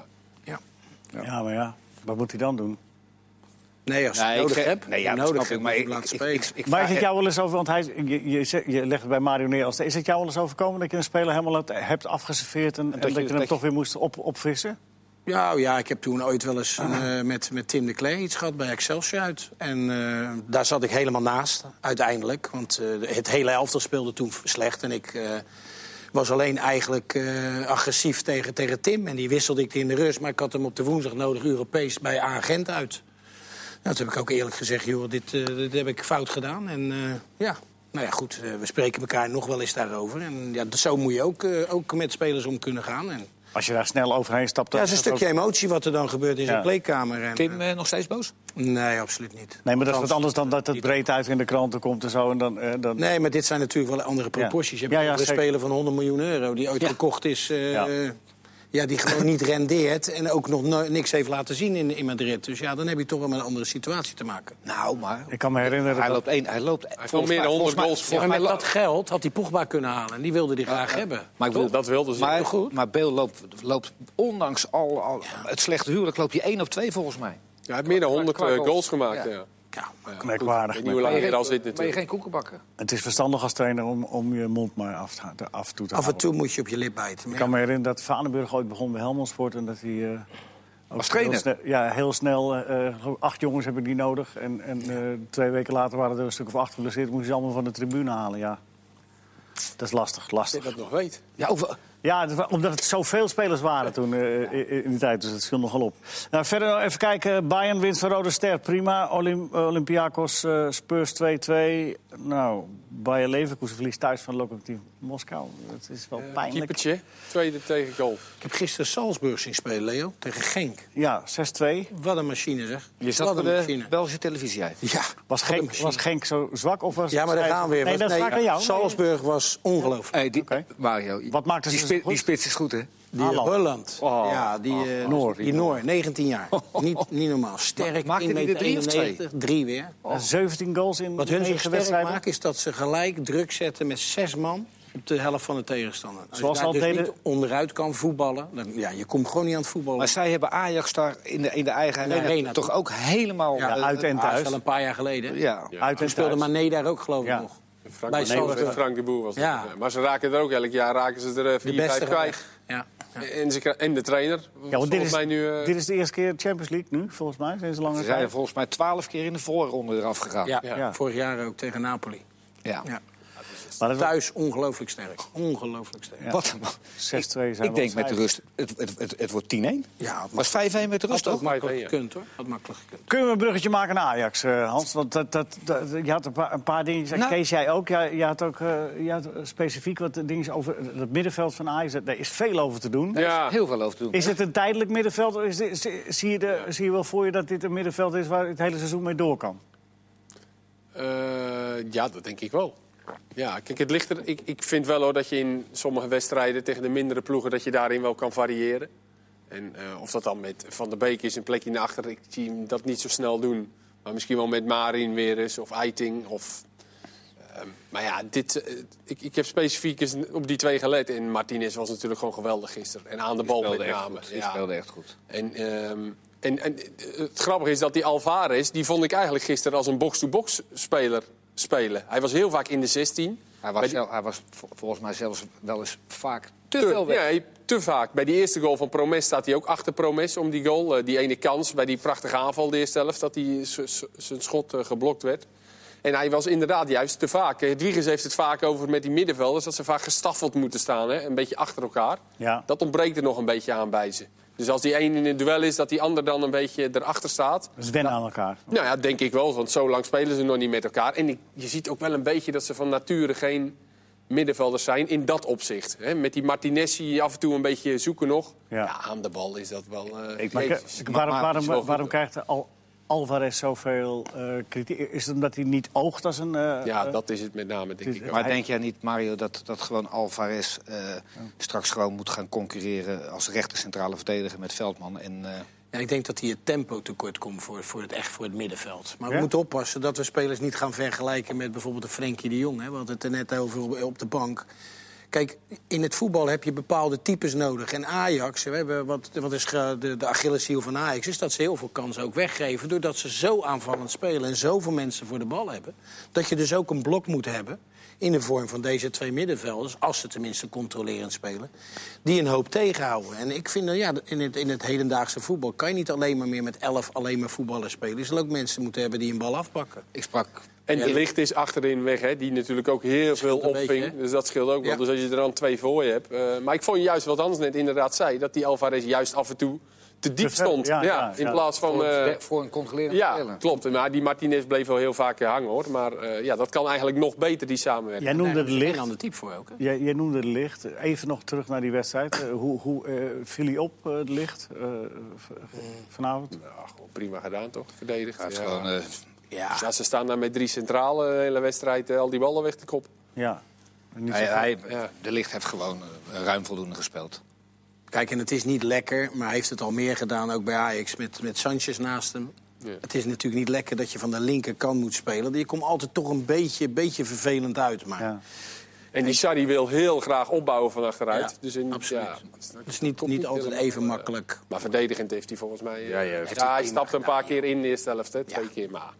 Speaker 3: Ja.
Speaker 1: Ja. maar ja, wat moet hij dan doen?
Speaker 4: Nee, als je het nodig hebt.
Speaker 2: nee, ja,
Speaker 4: je
Speaker 2: dat
Speaker 4: nodig
Speaker 2: snap ik.
Speaker 4: hebt,
Speaker 2: Maar
Speaker 4: moet je
Speaker 2: ik, ik,
Speaker 4: hem laten spelen.
Speaker 2: ik- ik
Speaker 1: Maar is
Speaker 2: vraag-
Speaker 1: het jou wel eens over, want hij, je, je, zegt- je legt het bij Mario neer als... Is het jou wel eens overkomen dat je een speler helemaal hebt- hebt afgeserveerd... en, en dat,
Speaker 2: je-
Speaker 1: je
Speaker 2: dat
Speaker 1: hem
Speaker 2: je-
Speaker 1: toch weer moest op, opfrissen?
Speaker 4: Ja, Nou ja, ik heb toen ooit wel eens eh, met, met Tim de Klee iets gehad bij Excelsior uit. En eh, daar zat ik helemaal naast, uiteindelijk. Want eh, het hele elftal speelde toen slecht. En ik eh, was alleen eigenlijk eh, agressief tegen, tegen Tim. En die wisselde ik in de rust. Maar ik had hem op de woensdag nodig Europees bij Agent uit. Nou, toen heb ik ook eerlijk gezegd, joh, dit, eh, dit heb ik fout gedaan. En eh, ja, nou ja, goed, eh, we spreken elkaar nog wel eens daarover. En ja, dat- zo moet je ook, eh, ook met spelers om kunnen gaan. En,
Speaker 1: Als je daar snel overheen stapt...
Speaker 4: ja,
Speaker 1: dan
Speaker 4: dat is een
Speaker 1: is dat
Speaker 4: stukje emotie wat er dan gebeurt in zo'n
Speaker 1: Ja.
Speaker 4: kleedkamer. En,
Speaker 2: Tim eh, nog steeds boos?
Speaker 4: Nee, absoluut niet.
Speaker 1: ook- Nee, maar dat is wat
Speaker 4: Althans,
Speaker 1: anders dan dat het breed uit in de kranten komt en zo. En dan, eh, dan...
Speaker 4: Nee, maar dit zijn natuurlijk wel andere proporties. Je hebt
Speaker 1: Ja, ja,
Speaker 4: ook een
Speaker 1: zeker.
Speaker 4: speler van 100 miljoen euro die ooit
Speaker 2: Ja.
Speaker 4: gekocht is. eh,
Speaker 1: Ja.
Speaker 4: eh, ja, die gewoon niet rendeert en ook nog no- niks heeft laten zien in, in Madrid. Dus ja, dan heb je toch wel met een andere situatie te maken.
Speaker 2: Nou, maar...
Speaker 1: Ik kan me herinneren...
Speaker 2: Hij
Speaker 1: dat-
Speaker 2: loopt één, hij loopt... Hij
Speaker 3: heeft al meer dan 100 goals
Speaker 4: Ja,
Speaker 3: Ja,
Speaker 4: maar
Speaker 2: mij
Speaker 4: met
Speaker 2: lo-
Speaker 4: dat geld had hij Pogba kunnen halen. En die wilde die graag hebben.
Speaker 2: Maar ik bedoel,
Speaker 3: Dat wilden ze.
Speaker 2: Maar,
Speaker 3: Heel
Speaker 2: goed. maar Beel loopt, loopt ondanks al, al het slechte huwelijk loopt hij één op twee volgens mij.
Speaker 3: Hij heeft meer dan 100
Speaker 2: Qua- qua
Speaker 3: eh,
Speaker 2: goals.
Speaker 3: goals gemaakt.
Speaker 2: Ja.
Speaker 3: Ja.
Speaker 4: Ja, maar
Speaker 3: goed,
Speaker 1: Merkwaardig,
Speaker 3: Ik weet niet hoe lang hij er al zit
Speaker 2: Ben je
Speaker 3: natuurlijk.
Speaker 2: geen koekenbakker?
Speaker 1: Het is verstandig als trainer om, om je mond maar af, te, ha- te- af toe te
Speaker 4: af en
Speaker 1: houden.
Speaker 4: toe moet je op je lip bijten.
Speaker 1: Ik
Speaker 4: Maar
Speaker 1: kan
Speaker 4: ja,
Speaker 1: me herinneren dat Vanenburg ooit begon bij Helmond Sport. En dat hij... eh, ook
Speaker 2: Als trainer?
Speaker 1: Heel snel, ja, heel snel. eh, eh, acht jongens hebben die nodig. En, en eh, twee weken later waren er een stuk of acht geblesseerd. Moesten ze allemaal van de tribune halen, ja. Dat is lastig,
Speaker 3: Dat je
Speaker 1: lastig.
Speaker 3: dat nog weet.
Speaker 2: Ja, over,
Speaker 1: Ja, dat wa- omdat het zoveel spelers waren toen eh, i- i- in die tijd. Dus het viel nogal op. Nou, verder nog even kijken. Bayern wint van Rode Ster. Prima. Olym- Olympiakos eh, Spurs 2-2. Nou, Bayer Leverkusen verliest thuis van Lokomotiv Moskou. Dat is
Speaker 4: Eh,
Speaker 1: wel pijnlijk.
Speaker 3: Keepertje. Tweede tegen goal.
Speaker 4: ik heb gisteren Salzburg zien spelen, Leo. Tegen Genk.
Speaker 1: Ja, 6-2.
Speaker 4: Wat een machine, zeg.
Speaker 2: je zat
Speaker 4: Wat
Speaker 2: bij
Speaker 4: een
Speaker 2: de
Speaker 4: machine.
Speaker 2: Belgische televisie uit.
Speaker 4: Ja,
Speaker 1: Was
Speaker 4: wat een
Speaker 1: Genk,
Speaker 4: machine.
Speaker 1: was Genk zo zwak of was
Speaker 4: Ja, maar daar gaan we weer.
Speaker 1: Nee, dat
Speaker 4: Want-
Speaker 1: is vaak aan jou.
Speaker 4: Salzburg was ongelooflijk.
Speaker 2: Hey, eh, die,
Speaker 1: Oké.
Speaker 2: Mario,
Speaker 1: Wat maakte
Speaker 2: die,
Speaker 1: ze
Speaker 2: spi-
Speaker 1: zo goed?
Speaker 2: die spits is goed, hè?
Speaker 4: Eh, Die eh,
Speaker 1: Haaland.
Speaker 4: Holland.
Speaker 2: Oh,
Speaker 4: ja, die eh,
Speaker 1: Noor.
Speaker 4: Die Noor, 19 jaar. niet, niet normaal. Sterk.
Speaker 2: maakte
Speaker 4: 1,91
Speaker 2: die er drie of twee?
Speaker 4: Drie weer.
Speaker 1: Nee, 17 Eh, goals in
Speaker 4: Wat hun zo
Speaker 1: 9
Speaker 4: sterk
Speaker 1: wedstrijden.
Speaker 4: maakt is dat ze gelijk druk zetten met zes man op de helft van de tegenstander. Als
Speaker 1: Zoals
Speaker 4: je daar
Speaker 1: ze al
Speaker 4: dus
Speaker 1: deden-
Speaker 4: niet onderuit kan voetballen, dan, ja, je komt gewoon niet aan het voetballen.
Speaker 2: Maar zij hebben Ajax daar in de, in de eigen
Speaker 4: de
Speaker 2: arena,
Speaker 4: arena,
Speaker 2: toch
Speaker 4: toch?
Speaker 2: ook helemaal...
Speaker 4: Ja,
Speaker 2: eh,
Speaker 1: uit en
Speaker 4: dat Ah, is
Speaker 1: thuis.
Speaker 4: wel een paar jaar geleden.
Speaker 2: Ja.
Speaker 1: Uit
Speaker 4: Toen
Speaker 1: en
Speaker 4: speelde
Speaker 1: thuis.
Speaker 4: Mané daar ook, geloof ik,
Speaker 1: Ja.
Speaker 4: nog.
Speaker 3: Frank,
Speaker 4: Bij
Speaker 3: nee,
Speaker 4: Salzburg.
Speaker 3: Frank de Boer was dat.
Speaker 4: Ja.
Speaker 3: Maar ze raken er ook elk jaar raken ze er eh,
Speaker 4: De
Speaker 3: vier,
Speaker 4: beste
Speaker 3: vijf
Speaker 4: gaan
Speaker 3: kwijt.
Speaker 4: weg. Ja.
Speaker 3: En, ze, kra- en de trainer.
Speaker 1: Ja, want dit is,
Speaker 3: mij nu, eh,
Speaker 1: dit is de eerste keer Champions League nu, volgens mij. Sinds een lange
Speaker 2: Ze zijn
Speaker 1: tijd.
Speaker 2: volgens mij twaalf keer in de voorronde eraf gegaan.
Speaker 4: Ja.
Speaker 3: Ja.
Speaker 1: Ja.
Speaker 4: vorig jaar ook tegen Napoli.
Speaker 2: Ja.
Speaker 4: Ja.
Speaker 1: Maar dat was-
Speaker 4: Thuis ongelooflijk sterk. Ongelooflijk sterk.
Speaker 1: Ja.
Speaker 2: Wat een man.
Speaker 1: 6-2 zijn
Speaker 2: Ik,
Speaker 1: we
Speaker 2: ik denk met de
Speaker 1: ontzettend.
Speaker 2: rust, het, het, het, het wordt 10-1.
Speaker 4: Ja, het
Speaker 2: was 5-1 met de rust
Speaker 4: Had ook
Speaker 2: toch?
Speaker 4: makkelijk
Speaker 3: ja.
Speaker 4: gekund, hoor. Had makkelijk gekund.
Speaker 1: Kunnen we een bruggetje maken naar Ajax, eh, Hans? Want dat, dat, dat- je had een paar, een paar dingen gezegd.
Speaker 2: Nou.
Speaker 1: Kees, jij ook. Jij, jij had ook eh, je had specifiek wat dingen over het middenveld van Ajax. Daar is veel over te doen.
Speaker 3: ja.
Speaker 2: Heel veel over te doen.
Speaker 1: Is het een tijdelijk middenveld? Is dit- zie- zie, je de, zie je wel voor je dat dit een middenveld is waar het hele seizoen mee door kan?
Speaker 3: Eh, ja, dat denk ik wel. Ja, kijk, het ligt er, ik, ik vind wel hoor, dat je in sommige wedstrijden tegen de mindere ploegen... dat je daarin wel kan variëren. En eh, of dat dan met Van der Beek is, een plekje naar achter... ik zie hem dat niet zo snel doen. Maar misschien wel met Marin weer eens, of Eiting, of... ehm, maar ja, dit, eh, ik, ik heb specifiek eens op die twee gelet. En Martinez was natuurlijk gewoon geweldig gisteren. En aan de bal met
Speaker 2: speelde echt
Speaker 3: name.
Speaker 2: goed. Die
Speaker 3: Ja.
Speaker 2: speelde echt goed.
Speaker 3: En, ehm, en, en eh, het grappige is dat die Alvarez, die vond ik eigenlijk gisteren als een box-to-box speler spelen. Hij was heel vaak in de 16.
Speaker 2: Hij was,
Speaker 3: Bij die-
Speaker 2: zelf- hij was vol- volgens mij zelfs wel eens vaak te,
Speaker 3: te,
Speaker 2: veel weg.
Speaker 3: ja, hij- te vaak. Bij die eerste goal van Promes staat hij ook achter Promes om die goal. eh, die ene kans bij die prachtige aanval de eerste helft, dat hij z- z- zijn schot eh, geblokt werd. En hij was inderdaad juist te vaak. Eh, Hedwiges heeft het vaak over met die middenvelders... dat ze vaak gestaffeld moeten staan, hè? een beetje achter elkaar.
Speaker 1: Ja.
Speaker 3: Dat ontbreekt er nog een beetje aan bij ze. Dus als die een in het duel is, dat die ander dan een beetje erachter staat...
Speaker 1: Dat is wennen aan elkaar.
Speaker 3: Nou ja, denk ik wel, want zo lang spelen ze nog niet met elkaar. En ik- je ziet ook wel een beetje dat ze van nature geen middenvelders zijn in dat opzicht. Hè? Met die Martinez zie je af en toe een beetje zoeken nog.
Speaker 1: Ja.
Speaker 3: Ja, aan de bal is dat wel... eh,
Speaker 1: Maar
Speaker 3: jezus.
Speaker 1: ik- waarom,
Speaker 3: maar het
Speaker 1: waarom,
Speaker 3: is wel goed,
Speaker 1: waarom
Speaker 3: hoor.
Speaker 1: krijgt Al- Alvarez zoveel eh kritiek? Is het omdat hij niet oogt als een... eh,
Speaker 3: Ja,
Speaker 1: eh,
Speaker 3: dat is het met name, denk
Speaker 1: het is-
Speaker 3: ik. wel.
Speaker 2: Maar denk jij niet, Mario, dat, dat gewoon Alvarez eh, straks gewoon moet gaan concurreren als rechter centrale verdediger met Veldman? En, eh,
Speaker 4: Ja, ik denk dat hier het tempo tekort komt voor, voor het, echt voor het middenveld. Maar we
Speaker 1: Ja?
Speaker 4: moeten oppassen dat we spelers niet gaan vergelijken met bijvoorbeeld een Frenkie de Jong. Hè? We hadden het er net over op, op de bank. Kijk, in het voetbal heb je bepaalde types nodig. En Ajax, we hebben wat, wat is ge- de, de Achilleshiel van Ajax... is dat ze heel veel kansen ook weggeven... doordat ze zo aanvallend spelen en zoveel mensen voor de bal hebben... dat je dus ook een blok moet hebben in de vorm van deze twee middenvelders... als ze tenminste controlerend spelen, die een hoop tegenhouden. En ik vind, dat, ja, in het, in het hedendaagse voetbal... kan je niet alleen maar meer met elf alleen maar voetballers spelen. Je zal ook mensen moeten hebben die een bal afpakken.
Speaker 2: Ik sprak
Speaker 3: En
Speaker 4: Ja,
Speaker 3: de
Speaker 4: ik-
Speaker 3: licht is achterin weg, hè, die natuurlijk ook heel veel
Speaker 4: Scheelt een
Speaker 3: opving.
Speaker 4: beetje, hè?
Speaker 3: dus dat scheelt ook wel.
Speaker 4: Ja.
Speaker 3: Dus als je er dan twee voor je hebt. eh, maar ik vond juist wat Hans net inderdaad zei. Dat die Alvarez juist af en toe te diep
Speaker 1: Te ver-
Speaker 3: stond.
Speaker 1: ja,
Speaker 3: Ja,
Speaker 1: ja,
Speaker 3: in
Speaker 1: ja.
Speaker 3: plaats van...
Speaker 2: voor,
Speaker 3: eh,
Speaker 2: een- voor een controlerend
Speaker 3: ja,
Speaker 2: speler.
Speaker 3: klopt. Maar die Martinez bleef wel heel vaak eh, hangen, hoor. Maar eh, ja, dat kan eigenlijk nog beter, die samenwerking.
Speaker 1: Jij noemde
Speaker 4: Daar
Speaker 1: het
Speaker 4: is
Speaker 1: licht.
Speaker 4: Een ander type voor ook. Hè?
Speaker 1: Jij, jij noemde het licht. Even nog terug naar die wedstrijd. Eh, hoe hoe eh, viel hij op, eh, het licht, eh, v-
Speaker 2: Mm.
Speaker 1: vanavond?
Speaker 3: Ja, gewoon prima gedaan, toch? Verdedigd.
Speaker 2: Hij heeft
Speaker 3: Ja. Dus
Speaker 2: gewoon, eh,
Speaker 4: Ja.
Speaker 3: Ja, ze staan daar met drie centrale de hele wedstrijd. eh, Al die ballen weg te kop.
Speaker 1: Ja. Niet
Speaker 2: hij,
Speaker 1: zo-
Speaker 2: hij,
Speaker 3: Ja.
Speaker 2: De licht heeft gewoon eh, ruim voldoende gespeeld.
Speaker 4: Kijk, en het is niet lekker, maar hij heeft het al meer gedaan, ook bij Ajax, met, met Sanchez naast hem.
Speaker 3: Ja.
Speaker 4: Het is natuurlijk niet lekker dat je van de linkerkant moet spelen. Je komt altijd toch een beetje, beetje vervelend uit. Maar
Speaker 1: ja.
Speaker 3: En die Sarri wil heel graag opbouwen van achteruit.
Speaker 4: Ja,
Speaker 3: dus in,
Speaker 4: absoluut.
Speaker 3: ja,
Speaker 4: het is niet, niet altijd even makkelijk.
Speaker 3: Maar verdedigend heeft hij volgens mij... eh,
Speaker 2: Ja, ja,
Speaker 3: ja,
Speaker 2: heeft
Speaker 4: hij
Speaker 3: hij
Speaker 4: prima
Speaker 3: stapt een
Speaker 4: gedaan,
Speaker 3: paar keer in de eerste helft, hè, twee
Speaker 4: Ja.
Speaker 3: keer. Maar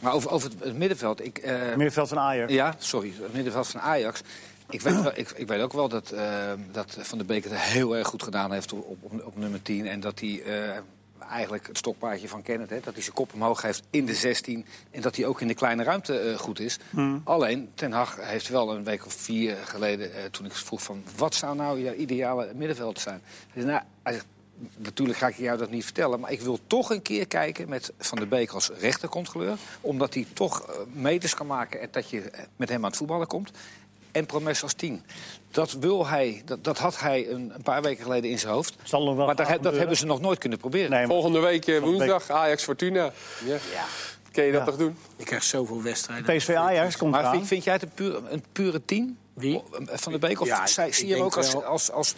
Speaker 2: Maar over, over het, het middenveld. Ik, eh,
Speaker 1: Middenveld van Ajax.
Speaker 2: Ja, sorry. Het middenveld van Ajax. Ik weet, wel, ik, ik weet ook wel dat, eh, dat Van der Beek het heel erg goed gedaan heeft op, op, op nummer 10. En dat hij eh, eigenlijk het stokpaardje van Kenneth... Hè, dat hij zijn kop omhoog heeft in de 16. En dat hij ook in de kleine ruimte eh, goed is.
Speaker 1: Hm.
Speaker 2: Alleen, Ten Hag heeft wel een week of vier geleden... eh, toen ik vroeg van wat zou nou jouw ideale middenveld zijn? Hij zei, nou, hij zegt, Natuurlijk ga ik jou dat niet vertellen, maar ik wil toch een keer kijken met Van der Beek als rechtercontroleur. Omdat hij toch eh, meters kan maken en dat je eh, met hem aan het voetballen komt. En Promes als tien. Dat, wil hij, dat, dat had hij een, een paar weken geleden in zijn hoofd.
Speaker 1: Zal er wel gaan
Speaker 2: maar daar, he- dat
Speaker 1: gebeuren?
Speaker 2: hebben ze nog nooit kunnen proberen.
Speaker 1: Nee, maar
Speaker 3: volgende week eh,
Speaker 1: Volgende
Speaker 3: woensdag Ajax Fortuna. Ja. Kun je dat toch doen?
Speaker 4: Je krijgt zoveel wedstrijden.
Speaker 1: PSV Ajax komt
Speaker 2: Maar
Speaker 1: aan.
Speaker 2: vind, vind jij het een pure, een pure tien?
Speaker 4: Wie?
Speaker 2: Van der Beek? Of
Speaker 4: Ja,
Speaker 2: zij-
Speaker 4: ik-
Speaker 2: zie
Speaker 4: ik
Speaker 2: je hem
Speaker 4: denk
Speaker 2: ook als,
Speaker 4: wel-
Speaker 2: als, als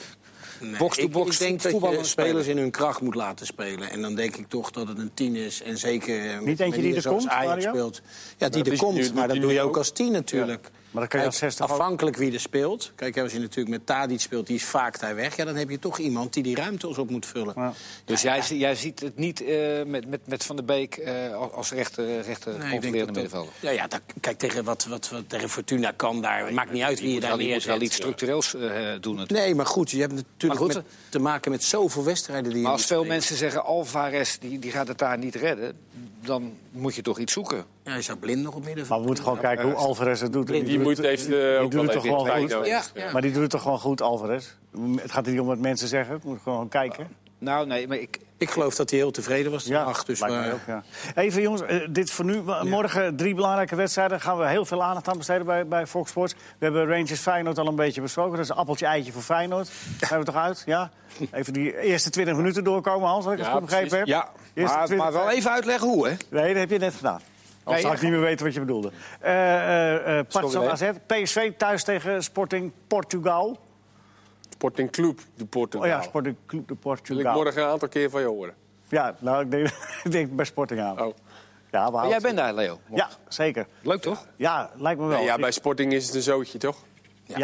Speaker 4: Nee,
Speaker 2: box-to-box
Speaker 4: ik, ik denk dat je
Speaker 2: voetballende speler?
Speaker 4: spelers in hun kracht moet laten spelen. En dan denk ik toch dat het een tien is. En zeker eh, met
Speaker 1: Niet eentje die
Speaker 4: manier
Speaker 1: er
Speaker 4: zoals
Speaker 1: komt,
Speaker 4: Ajax
Speaker 1: Mario?
Speaker 4: speelt. Ja, die
Speaker 3: dat
Speaker 4: er
Speaker 3: is- die-
Speaker 4: komt. Maar dat
Speaker 3: die
Speaker 4: doe je
Speaker 3: nu
Speaker 4: ook
Speaker 3: ook.
Speaker 4: als tien natuurlijk.
Speaker 1: Maar dan kan je
Speaker 4: Kijk,
Speaker 1: als 60 ook-
Speaker 4: afhankelijk wie er speelt. Kijk, als je natuurlijk met Tadic speelt, die is vaak daar weg. Ja, dan heb je toch iemand die die ruimte ons op moet vullen.
Speaker 1: Ja.
Speaker 2: Dus
Speaker 4: Nou
Speaker 2: jij, zi- jij ziet het niet eh, met, met, met Van der Beek eh, als- als rechter, rechter
Speaker 4: Nee, ik denk
Speaker 2: controlerende
Speaker 4: dat dat-
Speaker 2: middenvelder?
Speaker 4: Ja, ja dat- kijk, tegen, wat, wat, wat tegen Fortuna kan daar. Het maakt niet uit wie je daar
Speaker 2: Terwijl die moet wel iets
Speaker 4: neerzet.
Speaker 2: structureels eh, doen. natuurlijk.
Speaker 4: Nee, maar goed, je hebt natuurlijk
Speaker 2: Maar goed,
Speaker 4: met- te maken met zoveel wedstrijden die je
Speaker 2: Maar als
Speaker 4: moet
Speaker 2: veel
Speaker 4: spelen.
Speaker 2: mensen zeggen Alvarez die, die gaat het daar niet redden, dan moet je toch iets zoeken.
Speaker 4: Ja, hij staat blind nog op midden.
Speaker 1: Maar we moeten gewoon kijken hoe Alvarez het doet.
Speaker 3: Die
Speaker 1: doet
Speaker 3: moet
Speaker 1: het-
Speaker 3: heeft eh,
Speaker 1: die
Speaker 3: ook
Speaker 1: doet
Speaker 3: wel
Speaker 1: het toch
Speaker 3: even
Speaker 1: gewoon
Speaker 3: tijd
Speaker 1: goed.
Speaker 3: nodig.
Speaker 2: Ja,
Speaker 3: Ja.
Speaker 1: Maar die doet het toch gewoon goed, Alvarez. Het gaat er niet om wat mensen zeggen. Het moet gewoon kijken.
Speaker 2: Nou, nee, maar ik,
Speaker 4: Ik geloof dat hij heel tevreden was. Ja, acht, dus
Speaker 1: lijkt mij
Speaker 4: maar-
Speaker 1: ook, ja. Even jongens, eh, dit voor nu. Maar Morgen drie belangrijke wedstrijden. Daar gaan we heel veel aandacht aan besteden bij, bij Fox Sports. We hebben Rangers Feyenoord al een beetje besproken. Dat is een appeltje-eitje voor Feyenoord. Zijn we toch uit? Ja? Even die eerste 20 minuten doorkomen, Hans, als ik
Speaker 3: Ja,
Speaker 1: het goed begrepen heb.
Speaker 2: ja,
Speaker 1: Eerste
Speaker 2: maar,
Speaker 1: 20
Speaker 2: maar wel even uitleggen hoe, hè?
Speaker 1: Nee, dat heb je net gedaan. Anders
Speaker 2: ja.
Speaker 1: had ik niet meer weten wat je bedoelde. Eh eh, eh, Partizan
Speaker 2: Sorry,
Speaker 1: AZ, PSV thuis tegen Sporting Portugal.
Speaker 3: Sporting Club de Portugal.
Speaker 1: Oh ja, Sporting Club de
Speaker 3: Wil ik
Speaker 1: Portugal.
Speaker 3: morgen een aantal keer van je horen.
Speaker 1: Ja, nou, ik denk, ik denk bij Sporting aan.
Speaker 3: Oh.
Speaker 1: Ja,
Speaker 2: Maar
Speaker 1: maar
Speaker 2: jij bent daar, Leo.
Speaker 1: Ja, zeker.
Speaker 2: Leuk toch?
Speaker 1: Ja, lijkt me wel.
Speaker 3: ja,
Speaker 1: Ik-
Speaker 3: bij Sporting is het een zootje, toch?
Speaker 1: Ja,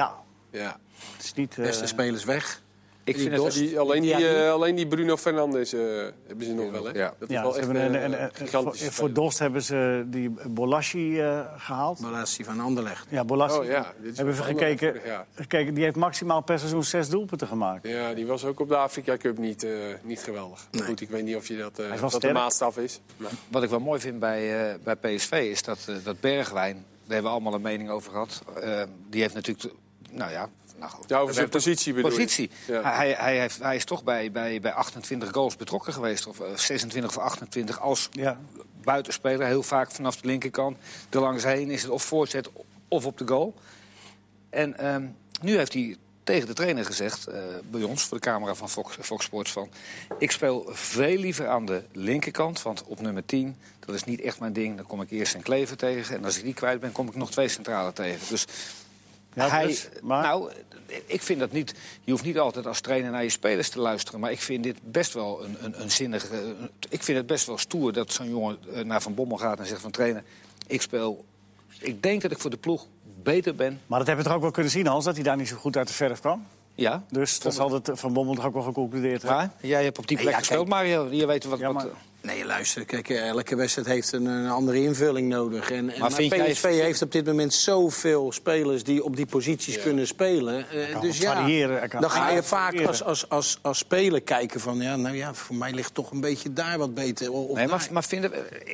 Speaker 3: Ja.
Speaker 1: het is niet... eh,
Speaker 4: beste spelers weg.
Speaker 2: Ik vind het,
Speaker 3: Die, alleen, die,
Speaker 4: Ja, die-
Speaker 3: eh, alleen die Bruno Fernandes eh, hebben ze nog wel, hè?
Speaker 2: Ja.
Speaker 3: Dat is
Speaker 1: ja,
Speaker 3: wel
Speaker 1: ze
Speaker 3: echt eh,
Speaker 1: hebben
Speaker 3: een,
Speaker 1: een- een- een- voor,
Speaker 3: gigantische
Speaker 1: voor
Speaker 3: speler.
Speaker 1: Dost hebben ze die Bolasie eh, gehaald.
Speaker 4: Relatie van Anderlecht.
Speaker 1: Ja, Bolasie.
Speaker 3: Oh, ja, dit is
Speaker 1: hebben we
Speaker 3: wel anders
Speaker 1: gekeken,
Speaker 3: vorig jaar.
Speaker 1: gekeken. Die heeft maximaal per seizoen zes doelpunten gemaakt.
Speaker 3: Ja, die was ook op de Afrika Cup niet, eh, niet geweldig. Goed, ik weet niet of je dat, eh,
Speaker 1: is wel
Speaker 3: dat de
Speaker 1: sterk.
Speaker 3: maatstaf is. Maar
Speaker 2: wat ik wel mooi vind bij, eh, bij PSV is dat, eh, dat Bergwijn, daar hebben we allemaal een mening over gehad. eh, die heeft natuurlijk, nou ja, nou goed.
Speaker 3: Ja, over zijn positie bedoel je?
Speaker 2: positie.
Speaker 3: Ja.
Speaker 2: Hij, hij, heeft, hij is toch bij, bij, bij 28 goals betrokken geweest, of eh, 26 of 28 als
Speaker 1: Ja.
Speaker 2: buitenspeler. Heel vaak vanaf de linkerkant, er langs heen is het of voorzet of op de goal. En ehm, nu heeft hij tegen de trainer gezegd, eh, bij ons, voor de camera van Fox, Fox Sports, van... ik speel veel liever aan de linkerkant, want op nummer 10... dat is niet echt mijn ding, dan kom ik eerst een klever tegen... en als ik die kwijt ben, kom ik nog twee centrale tegen. Dus
Speaker 1: Ja,
Speaker 2: hij...
Speaker 1: dus, maar-
Speaker 2: Nou, ik vind dat niet... Je hoeft niet altijd als trainer naar je spelers te luisteren... maar ik vind dit best wel een, een, een zinnige... Ik vind het best wel stoer dat zo'n jongen eh, naar Van Bommel gaat en zegt van... trainer, ik speel... Ik denk dat ik voor de ploeg beter ben...
Speaker 1: Maar dat hebben we toch ook wel kunnen zien, Hans, dat hij daar niet zo goed uit de verf kwam.
Speaker 2: Ja,
Speaker 1: Dus dat zal het eh, Van Bommel toch ook wel geconcludeerd hebben.
Speaker 2: Ja, jij hebt op die plek
Speaker 4: Ja,
Speaker 2: gespeeld, Mario. Je weet wat...
Speaker 1: Ja,
Speaker 2: wat
Speaker 1: maar-
Speaker 2: eh,
Speaker 4: Nee, luister, kijk, elke wedstrijd heeft een, een andere invulling nodig. En, en-
Speaker 2: Maar
Speaker 4: maar
Speaker 2: vind jij-
Speaker 4: PSV heeft op dit moment zoveel spelers die op die posities kunnen spelen. Eh,
Speaker 1: kan
Speaker 4: dus
Speaker 1: wat
Speaker 4: ja,
Speaker 1: variëren, hij kan
Speaker 4: dan ga je
Speaker 1: aardig
Speaker 4: vaak
Speaker 1: variëren.
Speaker 4: als, als, als, als speler kijken van... Ja, nou ja, voor mij ligt toch een beetje daar wat beter. Of
Speaker 2: Nee, maar,
Speaker 4: daar.
Speaker 2: maar vind,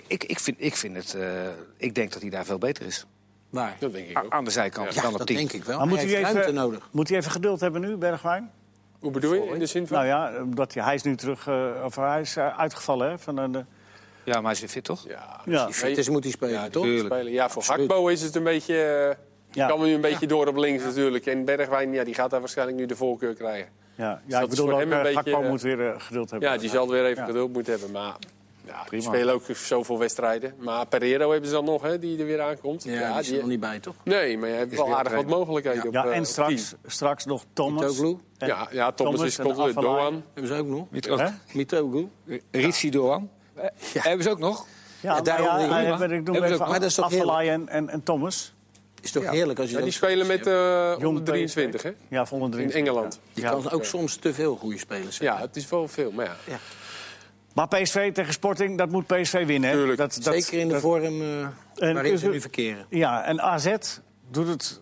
Speaker 2: ik, ik, vind, ik vind het... eh, ik denk dat hij daar veel beter is.
Speaker 4: Waar?
Speaker 3: Dat denk ik
Speaker 2: A-
Speaker 3: ook.
Speaker 2: aan de zijkant
Speaker 4: Ja,
Speaker 2: dan op
Speaker 4: dat
Speaker 2: 10.
Speaker 4: denk ik wel.
Speaker 1: Maar
Speaker 4: Maar
Speaker 1: moet
Speaker 4: hij
Speaker 1: hij,
Speaker 4: heeft ruimte
Speaker 1: even,
Speaker 4: nodig.
Speaker 1: moet hij even geduld hebben nu, Bergwijn?
Speaker 3: Hoe bedoel je? In de zin van...
Speaker 1: Nou ja, omdat hij, hij is nu terug... eh, of hij is eh, uitgevallen, hè? Van een, eh,
Speaker 2: Ja, maar hij is weer fit, toch?
Speaker 3: ja,
Speaker 1: ja.
Speaker 4: Als hij fit is, moet hij spelen,
Speaker 3: ja,
Speaker 4: toch?
Speaker 2: tuurlijk.
Speaker 3: spelen. ja, voor Gakpo is het een beetje... eh,
Speaker 1: Ja.
Speaker 3: kan we nu een beetje door op links natuurlijk. En Bergwijn, ja, die gaat daar waarschijnlijk nu de voorkeur krijgen. Dus
Speaker 1: Ja,
Speaker 3: dat
Speaker 1: ja ik
Speaker 3: is
Speaker 1: bedoel
Speaker 3: voor
Speaker 1: ook,
Speaker 3: hem een
Speaker 1: eh,
Speaker 3: beetje,
Speaker 1: Gakpo
Speaker 3: eh,
Speaker 1: moet weer eh, geduld hebben.
Speaker 3: Ja, die zal weer even
Speaker 1: Ja.
Speaker 3: geduld moeten hebben. Maar ja, die
Speaker 2: Prima.
Speaker 3: spelen ook zoveel wedstrijden. Maar Pereiro hebben ze dan nog, hè, die er weer aankomt.
Speaker 4: Ja, die zit er nog niet bij, toch?
Speaker 3: Nee, maar je hebt
Speaker 2: weer
Speaker 3: wel aardig wat
Speaker 2: trainer.
Speaker 3: mogelijkheden. Op,
Speaker 1: Ja,
Speaker 3: eh,
Speaker 1: en
Speaker 3: op
Speaker 1: straks,
Speaker 3: tien.
Speaker 1: straks nog Thomas.
Speaker 4: Mitoglu.
Speaker 1: En-
Speaker 3: Ja, ja, Thomas, eh,
Speaker 1: Thomas
Speaker 3: is
Speaker 1: en
Speaker 3: klokken,
Speaker 1: Afellay.
Speaker 3: Doan.
Speaker 4: Hebben ze ook nog?
Speaker 2: Niet ook.
Speaker 1: Hè?
Speaker 4: Mitoglu.
Speaker 2: Ritsi Doan. Eh, Hebben ze ook nog?
Speaker 1: Ja, maar
Speaker 4: daarom
Speaker 1: ja,
Speaker 4: niet.
Speaker 1: hij-
Speaker 4: Prima.
Speaker 1: maar ik
Speaker 2: Hebben
Speaker 1: noem
Speaker 2: ze
Speaker 1: even
Speaker 2: ook-
Speaker 4: maar dat is toch
Speaker 1: Afellay en, en, en Thomas.
Speaker 4: Is toch heerlijk als je
Speaker 3: Ja,
Speaker 4: dat-
Speaker 3: die spelen met eh
Speaker 1: Jong
Speaker 3: onder 23, hè?
Speaker 1: Ja, volgende
Speaker 3: In Engeland.
Speaker 4: Je
Speaker 1: Ja.
Speaker 4: kan ook soms te veel goede spelers hebben.
Speaker 3: Ja, het is wel veel, maar ja.
Speaker 1: Maar PSV tegen Sporting, dat moet PSV winnen. hè?
Speaker 3: Tuurlijk.
Speaker 1: Dat, dat,
Speaker 4: Zeker in de
Speaker 1: dat-
Speaker 4: vorm eh, waarin ze
Speaker 1: Uzu-
Speaker 4: nu verkeren.
Speaker 1: Ja, en AZ doet het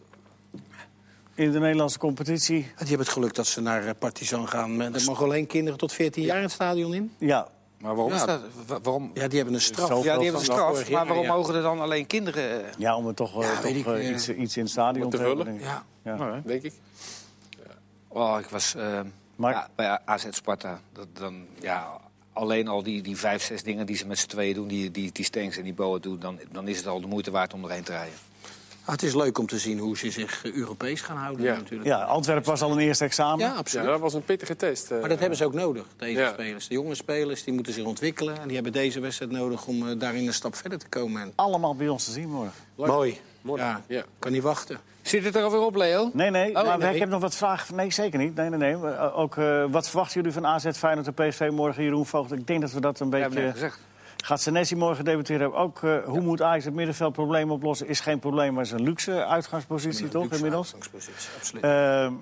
Speaker 1: in de Nederlandse competitie.
Speaker 4: Die hebben het geluk dat ze naar eh, Partizan gaan. Er mogen alleen kinderen tot 14 jaar het stadion in.
Speaker 1: Ja,
Speaker 2: Maar waarom?
Speaker 4: Ja.
Speaker 2: is dat? Wa- waarom?
Speaker 4: Ja, die hebben een straf.
Speaker 1: Zoveel
Speaker 2: Ja, die
Speaker 1: van
Speaker 2: hebben een straf,
Speaker 4: vorig jaar,
Speaker 2: maar waarom
Speaker 4: ja.
Speaker 2: mogen er dan alleen kinderen... eh,
Speaker 1: ja om er toch, eh,
Speaker 4: Ja,
Speaker 1: toch
Speaker 4: weet ik,
Speaker 1: eh,
Speaker 4: eh,
Speaker 1: iets, iets in het stadion
Speaker 3: om te
Speaker 1: te hebben.
Speaker 3: vullen. Nou,
Speaker 1: denk ik.
Speaker 4: Ja.
Speaker 1: Ja.
Speaker 3: denk ik.
Speaker 2: Oh, ik was eh,
Speaker 1: Maar-
Speaker 2: ja, bij AZ Sparta. Dat, dan, ja, alleen al die, die vijf, zes dingen die ze met z'n tweeën doen... die, die, die Stenks en die Boa doen, dan, dan is het al de moeite waard om erheen te rijden.
Speaker 4: Ah, het is leuk om te zien hoe ze zich eh, Europees gaan houden
Speaker 3: Ja.
Speaker 4: natuurlijk.
Speaker 1: ja, Antwerpen was al een eerste examen.
Speaker 4: Ja,
Speaker 3: Ja,
Speaker 4: absoluut.
Speaker 3: dat was een pittige test. eh.
Speaker 4: Maar dat hebben ze ook nodig, deze
Speaker 3: Ja.
Speaker 4: spelers. De jonge spelers die moeten zich ontwikkelen. En die hebben deze wedstrijd nodig om eh, daarin een stap verder te komen. En...
Speaker 1: Allemaal bij ons te zien morgen.
Speaker 4: Mooi.
Speaker 3: Mooi.
Speaker 4: Ja.
Speaker 3: Ja.
Speaker 4: Kan niet wachten.
Speaker 2: Zit het er alweer op, Leo?
Speaker 1: Nee, nee,
Speaker 2: Oh,
Speaker 1: maar
Speaker 2: nee.
Speaker 1: ik heb nog wat vragen. Nee, zeker niet. Nee, nee, nee. Maar, eh, Ook, eh, wat verwachten jullie van AZ, Feyenoord en PSV morgen, Jeroen Voogd? Ik denk dat we dat een
Speaker 2: Ja, heb ik net
Speaker 1: beetje...
Speaker 2: gezegd.
Speaker 1: Gaat Senesi morgen debuteren? hebben. Ook eh, hoe moet Ajax het middenveld probleem oplossen? Is geen probleem, maar is een luxe uitgangspositie, toch,
Speaker 4: Luxe
Speaker 1: inmiddels?
Speaker 4: uitgangspositie, Absoluut.
Speaker 1: Ehm,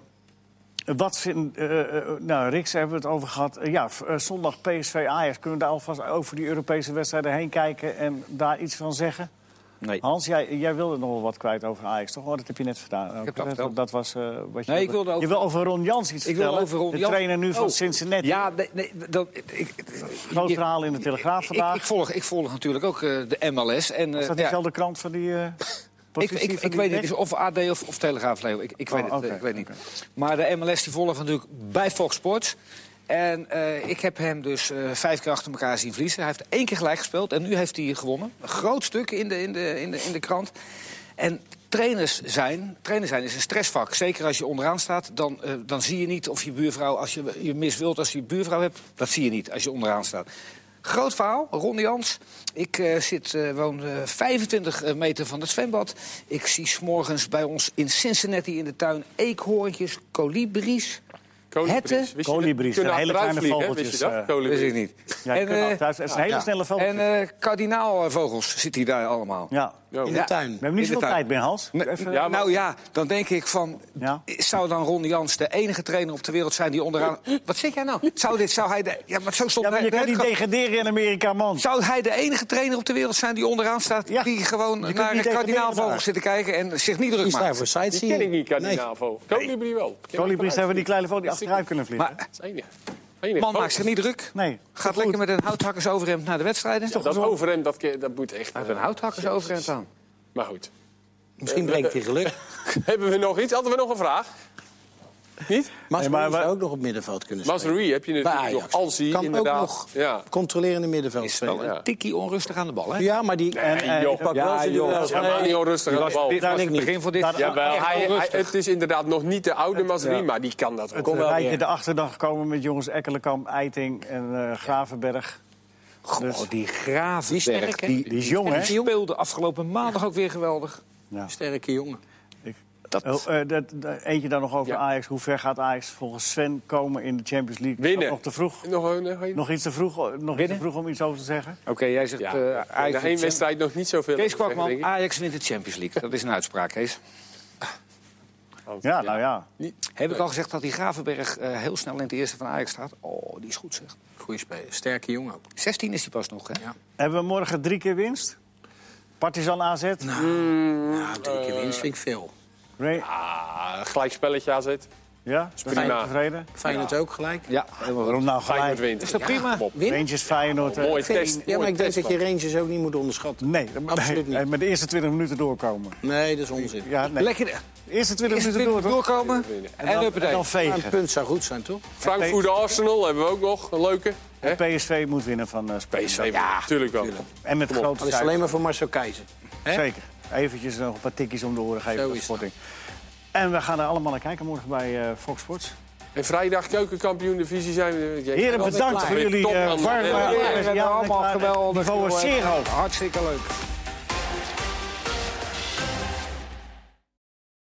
Speaker 1: wat vind, eh, eh, nou, Riks hebben we het over gehad. Eh, ja, v- eh, zondag PSV Ajax. Kunnen we daar alvast over die Europese wedstrijden heen kijken en daar iets van zeggen?
Speaker 2: Nee.
Speaker 1: Hans, jij, jij wilde nog wel wat kwijt over Ajax, toch? Oh, dat heb je net verteld.
Speaker 2: heb dat
Speaker 1: dat,
Speaker 2: verteld.
Speaker 1: dat was eh, wat je...
Speaker 2: Nee, ik wilde over-
Speaker 1: Je wil over Ron Jans iets
Speaker 2: Ik wil
Speaker 1: vertellen.
Speaker 2: over Ron
Speaker 1: de
Speaker 2: Jans-
Speaker 1: trainer nu
Speaker 2: Oh.
Speaker 1: van Cincinnati.
Speaker 2: Ja, nee, nee, dat, ik,
Speaker 1: Groot verhaal in de Telegraaf
Speaker 2: ik,
Speaker 1: vandaag.
Speaker 2: ik volg, ik volg natuurlijk ook eh, de MLS. En, eh,
Speaker 1: is dat
Speaker 2: ja,
Speaker 1: diezelfde krant van die eh
Speaker 2: ik,
Speaker 1: positie
Speaker 2: ik,
Speaker 1: van
Speaker 2: ik
Speaker 1: die
Speaker 2: weet niet,
Speaker 1: Rick?
Speaker 2: is of AD of, of Telegraaf, Leo. Ik, ik weet
Speaker 1: Oh,
Speaker 2: het, eh,
Speaker 1: oké,
Speaker 2: ik weet niet. Maar de MLS die volgen natuurlijk bij Fox Sports. En eh, ik heb hem dus eh, vijf keer achter elkaar zien verliezen. Hij heeft één keer gelijk gespeeld en nu heeft hij gewonnen. Een groot stuk in de, in de, in de, in de krant. En trainers zijn, trainers zijn is een stressvak. Zeker als je onderaan staat, dan, eh, dan zie je niet of je buurvrouw... als je, je mis wilt als je buurvrouw hebt, dat zie je niet als je onderaan staat. Groot verhaal, Ron Jans. Ik eh, zit, eh, woon eh, 25 meter van het zwembad. Ik zie s'morgens bij ons in Cincinnati in de tuin eekhoorntjes, kolibries.
Speaker 3: Kolibries.
Speaker 2: Hette?
Speaker 3: Wist je dat?
Speaker 1: Kolibries,
Speaker 3: Kunnen
Speaker 1: zijn hele
Speaker 3: achteruit
Speaker 1: kleine
Speaker 3: vliegen, hè? Wist je dat?
Speaker 1: vogeltjes, eh.
Speaker 3: Kolibries.
Speaker 2: Wist ik niet.
Speaker 1: Ja, je
Speaker 2: en
Speaker 1: kunt
Speaker 2: eh,
Speaker 1: achteruit- het is een hele
Speaker 4: ja.
Speaker 1: snelle vogel.
Speaker 2: en eh, kardinaalvogels zitten hier daar allemaal.
Speaker 1: ja. We
Speaker 4: In
Speaker 3: Oh.
Speaker 4: de
Speaker 2: ja.
Speaker 4: tuin.
Speaker 1: hebben niet
Speaker 2: Is het
Speaker 1: zoveel
Speaker 2: daar-
Speaker 1: tijd meer, Hans.
Speaker 2: Nee,
Speaker 1: Even-
Speaker 3: Ja, maar-
Speaker 2: Nou ja, dan denk ik van...
Speaker 1: Ja.
Speaker 2: Zou dan Ron Jans de enige trainer op de wereld zijn die onderaan... Wat zeg jij nou? Zou dit, zou hij... De, ja, maar zo stond
Speaker 1: Ja, maar je
Speaker 2: hij-
Speaker 1: kan niet degraderen in Amerika, man.
Speaker 2: Zou hij de enige trainer op de wereld zijn die onderaan staat...
Speaker 1: Ja.
Speaker 2: die
Speaker 1: Je
Speaker 2: gewoon
Speaker 1: kunt
Speaker 2: naar
Speaker 1: niet
Speaker 2: een
Speaker 1: tegen
Speaker 2: kardinaalvogel
Speaker 1: middenvaar.
Speaker 2: zit te kijken... en zich niet druk
Speaker 4: Is daar
Speaker 2: maakt.
Speaker 4: voor
Speaker 3: Die
Speaker 4: sightseeing?
Speaker 3: ken ik nou niet,
Speaker 4: Nee.
Speaker 3: kardinaalvogel. Kolibrie wel. Ken ik
Speaker 1: Kolibries
Speaker 3: eruit.
Speaker 1: hebben die kleine vogel die achteruit kunnen vliegen.
Speaker 2: Maar
Speaker 3: Dat is enig. Enig.
Speaker 2: man
Speaker 3: Oh,
Speaker 2: maakt zich niet druk.
Speaker 1: Nee.
Speaker 2: Gaat lekker met een houthakkers overhemd naar de wedstrijden. Hij
Speaker 3: Dat overhemd, dat, ke- dat moet echt...
Speaker 2: heeft een
Speaker 3: eh,
Speaker 2: houthakkers overhemd aan.
Speaker 3: Maar goed.
Speaker 4: Misschien brengt hij geluk.
Speaker 3: Hebben we nog iets? Hadden we nog een vraag? Niet?
Speaker 4: Mas
Speaker 1: maar
Speaker 4: nee,
Speaker 1: we-
Speaker 4: ook nog op middenveld kunnen spelen.
Speaker 3: Masrui heb je
Speaker 4: Bij
Speaker 3: natuurlijk
Speaker 4: Ajax.
Speaker 3: nog. Alzi,
Speaker 4: kan
Speaker 3: inderdaad.
Speaker 4: ook nog
Speaker 3: Ja.
Speaker 4: controlerende middenveld
Speaker 2: Is wel
Speaker 4: spelen.
Speaker 2: een tikkie onrustig aan de bal, hè?
Speaker 4: Ja, maar die...
Speaker 1: En, eh,
Speaker 3: joh.
Speaker 1: pak wel
Speaker 4: Ja,
Speaker 1: zijn
Speaker 4: joh.
Speaker 1: duels.
Speaker 3: Dat is helemaal niet onrustig aan de bal.
Speaker 2: Dit
Speaker 4: Daar
Speaker 2: was
Speaker 4: denk
Speaker 2: het
Speaker 4: ik niet.
Speaker 2: begin van dit...
Speaker 1: Daar-
Speaker 2: Ja,
Speaker 3: Jawel,
Speaker 2: echt
Speaker 3: hij, hij-
Speaker 2: onrustig.
Speaker 3: het is inderdaad nog niet de oude Masri, maar die kan dat ook.
Speaker 1: Het eh,
Speaker 4: wel
Speaker 1: rijtje
Speaker 4: weer.
Speaker 1: erachter, dan komen met jongens Ekkelenkamp, Eiting en eh, Gravenberg. Dus-
Speaker 2: Goh, die Gravenberg,
Speaker 4: Die is sterk, hè?
Speaker 2: die,
Speaker 1: Die is jong,
Speaker 2: die
Speaker 1: hè?
Speaker 2: speelde afgelopen maandag ook weer geweldig.
Speaker 1: Ja.
Speaker 4: Sterke jongen.
Speaker 2: Dat,
Speaker 1: Oh, eh, dat, dat- eentje dan nog over
Speaker 3: Ja.
Speaker 1: Ajax. Hoe ver gaat Ajax volgens Sven komen in de Champions League? Is dat
Speaker 3: Winnen.
Speaker 1: Nog te vroeg.
Speaker 3: Nog een, eh, nog een-
Speaker 1: Nog iets te vroeg, eh, nog iets
Speaker 2: Winnen?
Speaker 1: te vroeg om iets over te zeggen?
Speaker 2: Oké, jij zegt
Speaker 3: Ja,
Speaker 2: eh,
Speaker 3: de
Speaker 2: Ajax...
Speaker 3: één
Speaker 2: wint-
Speaker 3: wedstrijd nog niet zoveel.
Speaker 2: Kees
Speaker 3: over zeggen,
Speaker 2: Kwakman, Ah.
Speaker 3: denk ik.
Speaker 2: Ajax wint de Champions League. Dat is een uitspraak, Kees.
Speaker 3: Want,
Speaker 1: Ja, nou ja.
Speaker 3: Niet,
Speaker 2: Heb ik al gezegd dat die Gravenberg eh, heel snel in het eerste van Ajax staat? Oh, die is goed zeg.
Speaker 4: Goeie speler. Sterke jongen ook.
Speaker 2: 16 is die pas nog, hè?
Speaker 4: Ja.
Speaker 1: Hebben we morgen drie keer winst? Partizan AZ?
Speaker 4: Ja, drie keer winst vind ik veel.
Speaker 1: Nee.
Speaker 3: ah, gelijk spelletje AZ.
Speaker 1: Ja? Ben je
Speaker 3: prima.
Speaker 1: tevreden?
Speaker 4: Feyenoord ook gelijk.
Speaker 2: Ja, helemaal
Speaker 1: Waarom nou
Speaker 3: Feyenoord
Speaker 1: gelijk?
Speaker 3: wint.
Speaker 2: Is dat prima?
Speaker 3: kom op.
Speaker 4: Win.
Speaker 1: Rangers Feyenoord. eh,
Speaker 3: Mooi test.
Speaker 4: Ja, maar
Speaker 3: mooi
Speaker 4: ik denk dat
Speaker 3: test,
Speaker 4: je Rangers ook niet moet onderschatten.
Speaker 1: Nee, dat-
Speaker 4: Absoluut
Speaker 1: nee,
Speaker 4: niet.
Speaker 1: met de eerste 20 minuten doorkomen.
Speaker 4: Nee, dat is onzin.
Speaker 1: Ja, nee.
Speaker 2: Lekker. Eerst
Speaker 1: De eerste 20
Speaker 2: twintig
Speaker 1: minuten door, toch?
Speaker 2: doorkomen
Speaker 1: En
Speaker 2: en,
Speaker 1: dan, en
Speaker 2: huppatee.
Speaker 1: dan
Speaker 4: Maar een
Speaker 1: vegen.
Speaker 4: Ah, punt zou goed zijn, toch?
Speaker 3: Frankfurt Arsenal hebben we ook nog. Een leuke. Hè?
Speaker 1: PSV moet winnen van eh Sparta.
Speaker 3: PSV, natuurlijk wel.
Speaker 1: En met grote
Speaker 4: Dat is alleen
Speaker 1: cijfers.
Speaker 4: maar voor Marcel Keizer.
Speaker 1: Zeker. Eventjes nog een paar tikjes om de oren
Speaker 4: Zo
Speaker 1: geven. van
Speaker 4: is dat.
Speaker 1: Sporting. En we gaan er allemaal naar kijken morgen bij eh, Fox Sports.
Speaker 3: En vrijdag keukenkampioen divisie zijn we. Jij-
Speaker 1: Heren,
Speaker 3: Altijd
Speaker 1: bedankt
Speaker 3: klaar.
Speaker 1: voor jullie
Speaker 3: Top
Speaker 1: eh,
Speaker 3: aan de-
Speaker 1: warme...
Speaker 3: Ja,
Speaker 2: We hebben allemaal
Speaker 1: geweldig.
Speaker 2: geweldig.
Speaker 1: Niveau was zeer hoog.
Speaker 2: Hartstikke leuk.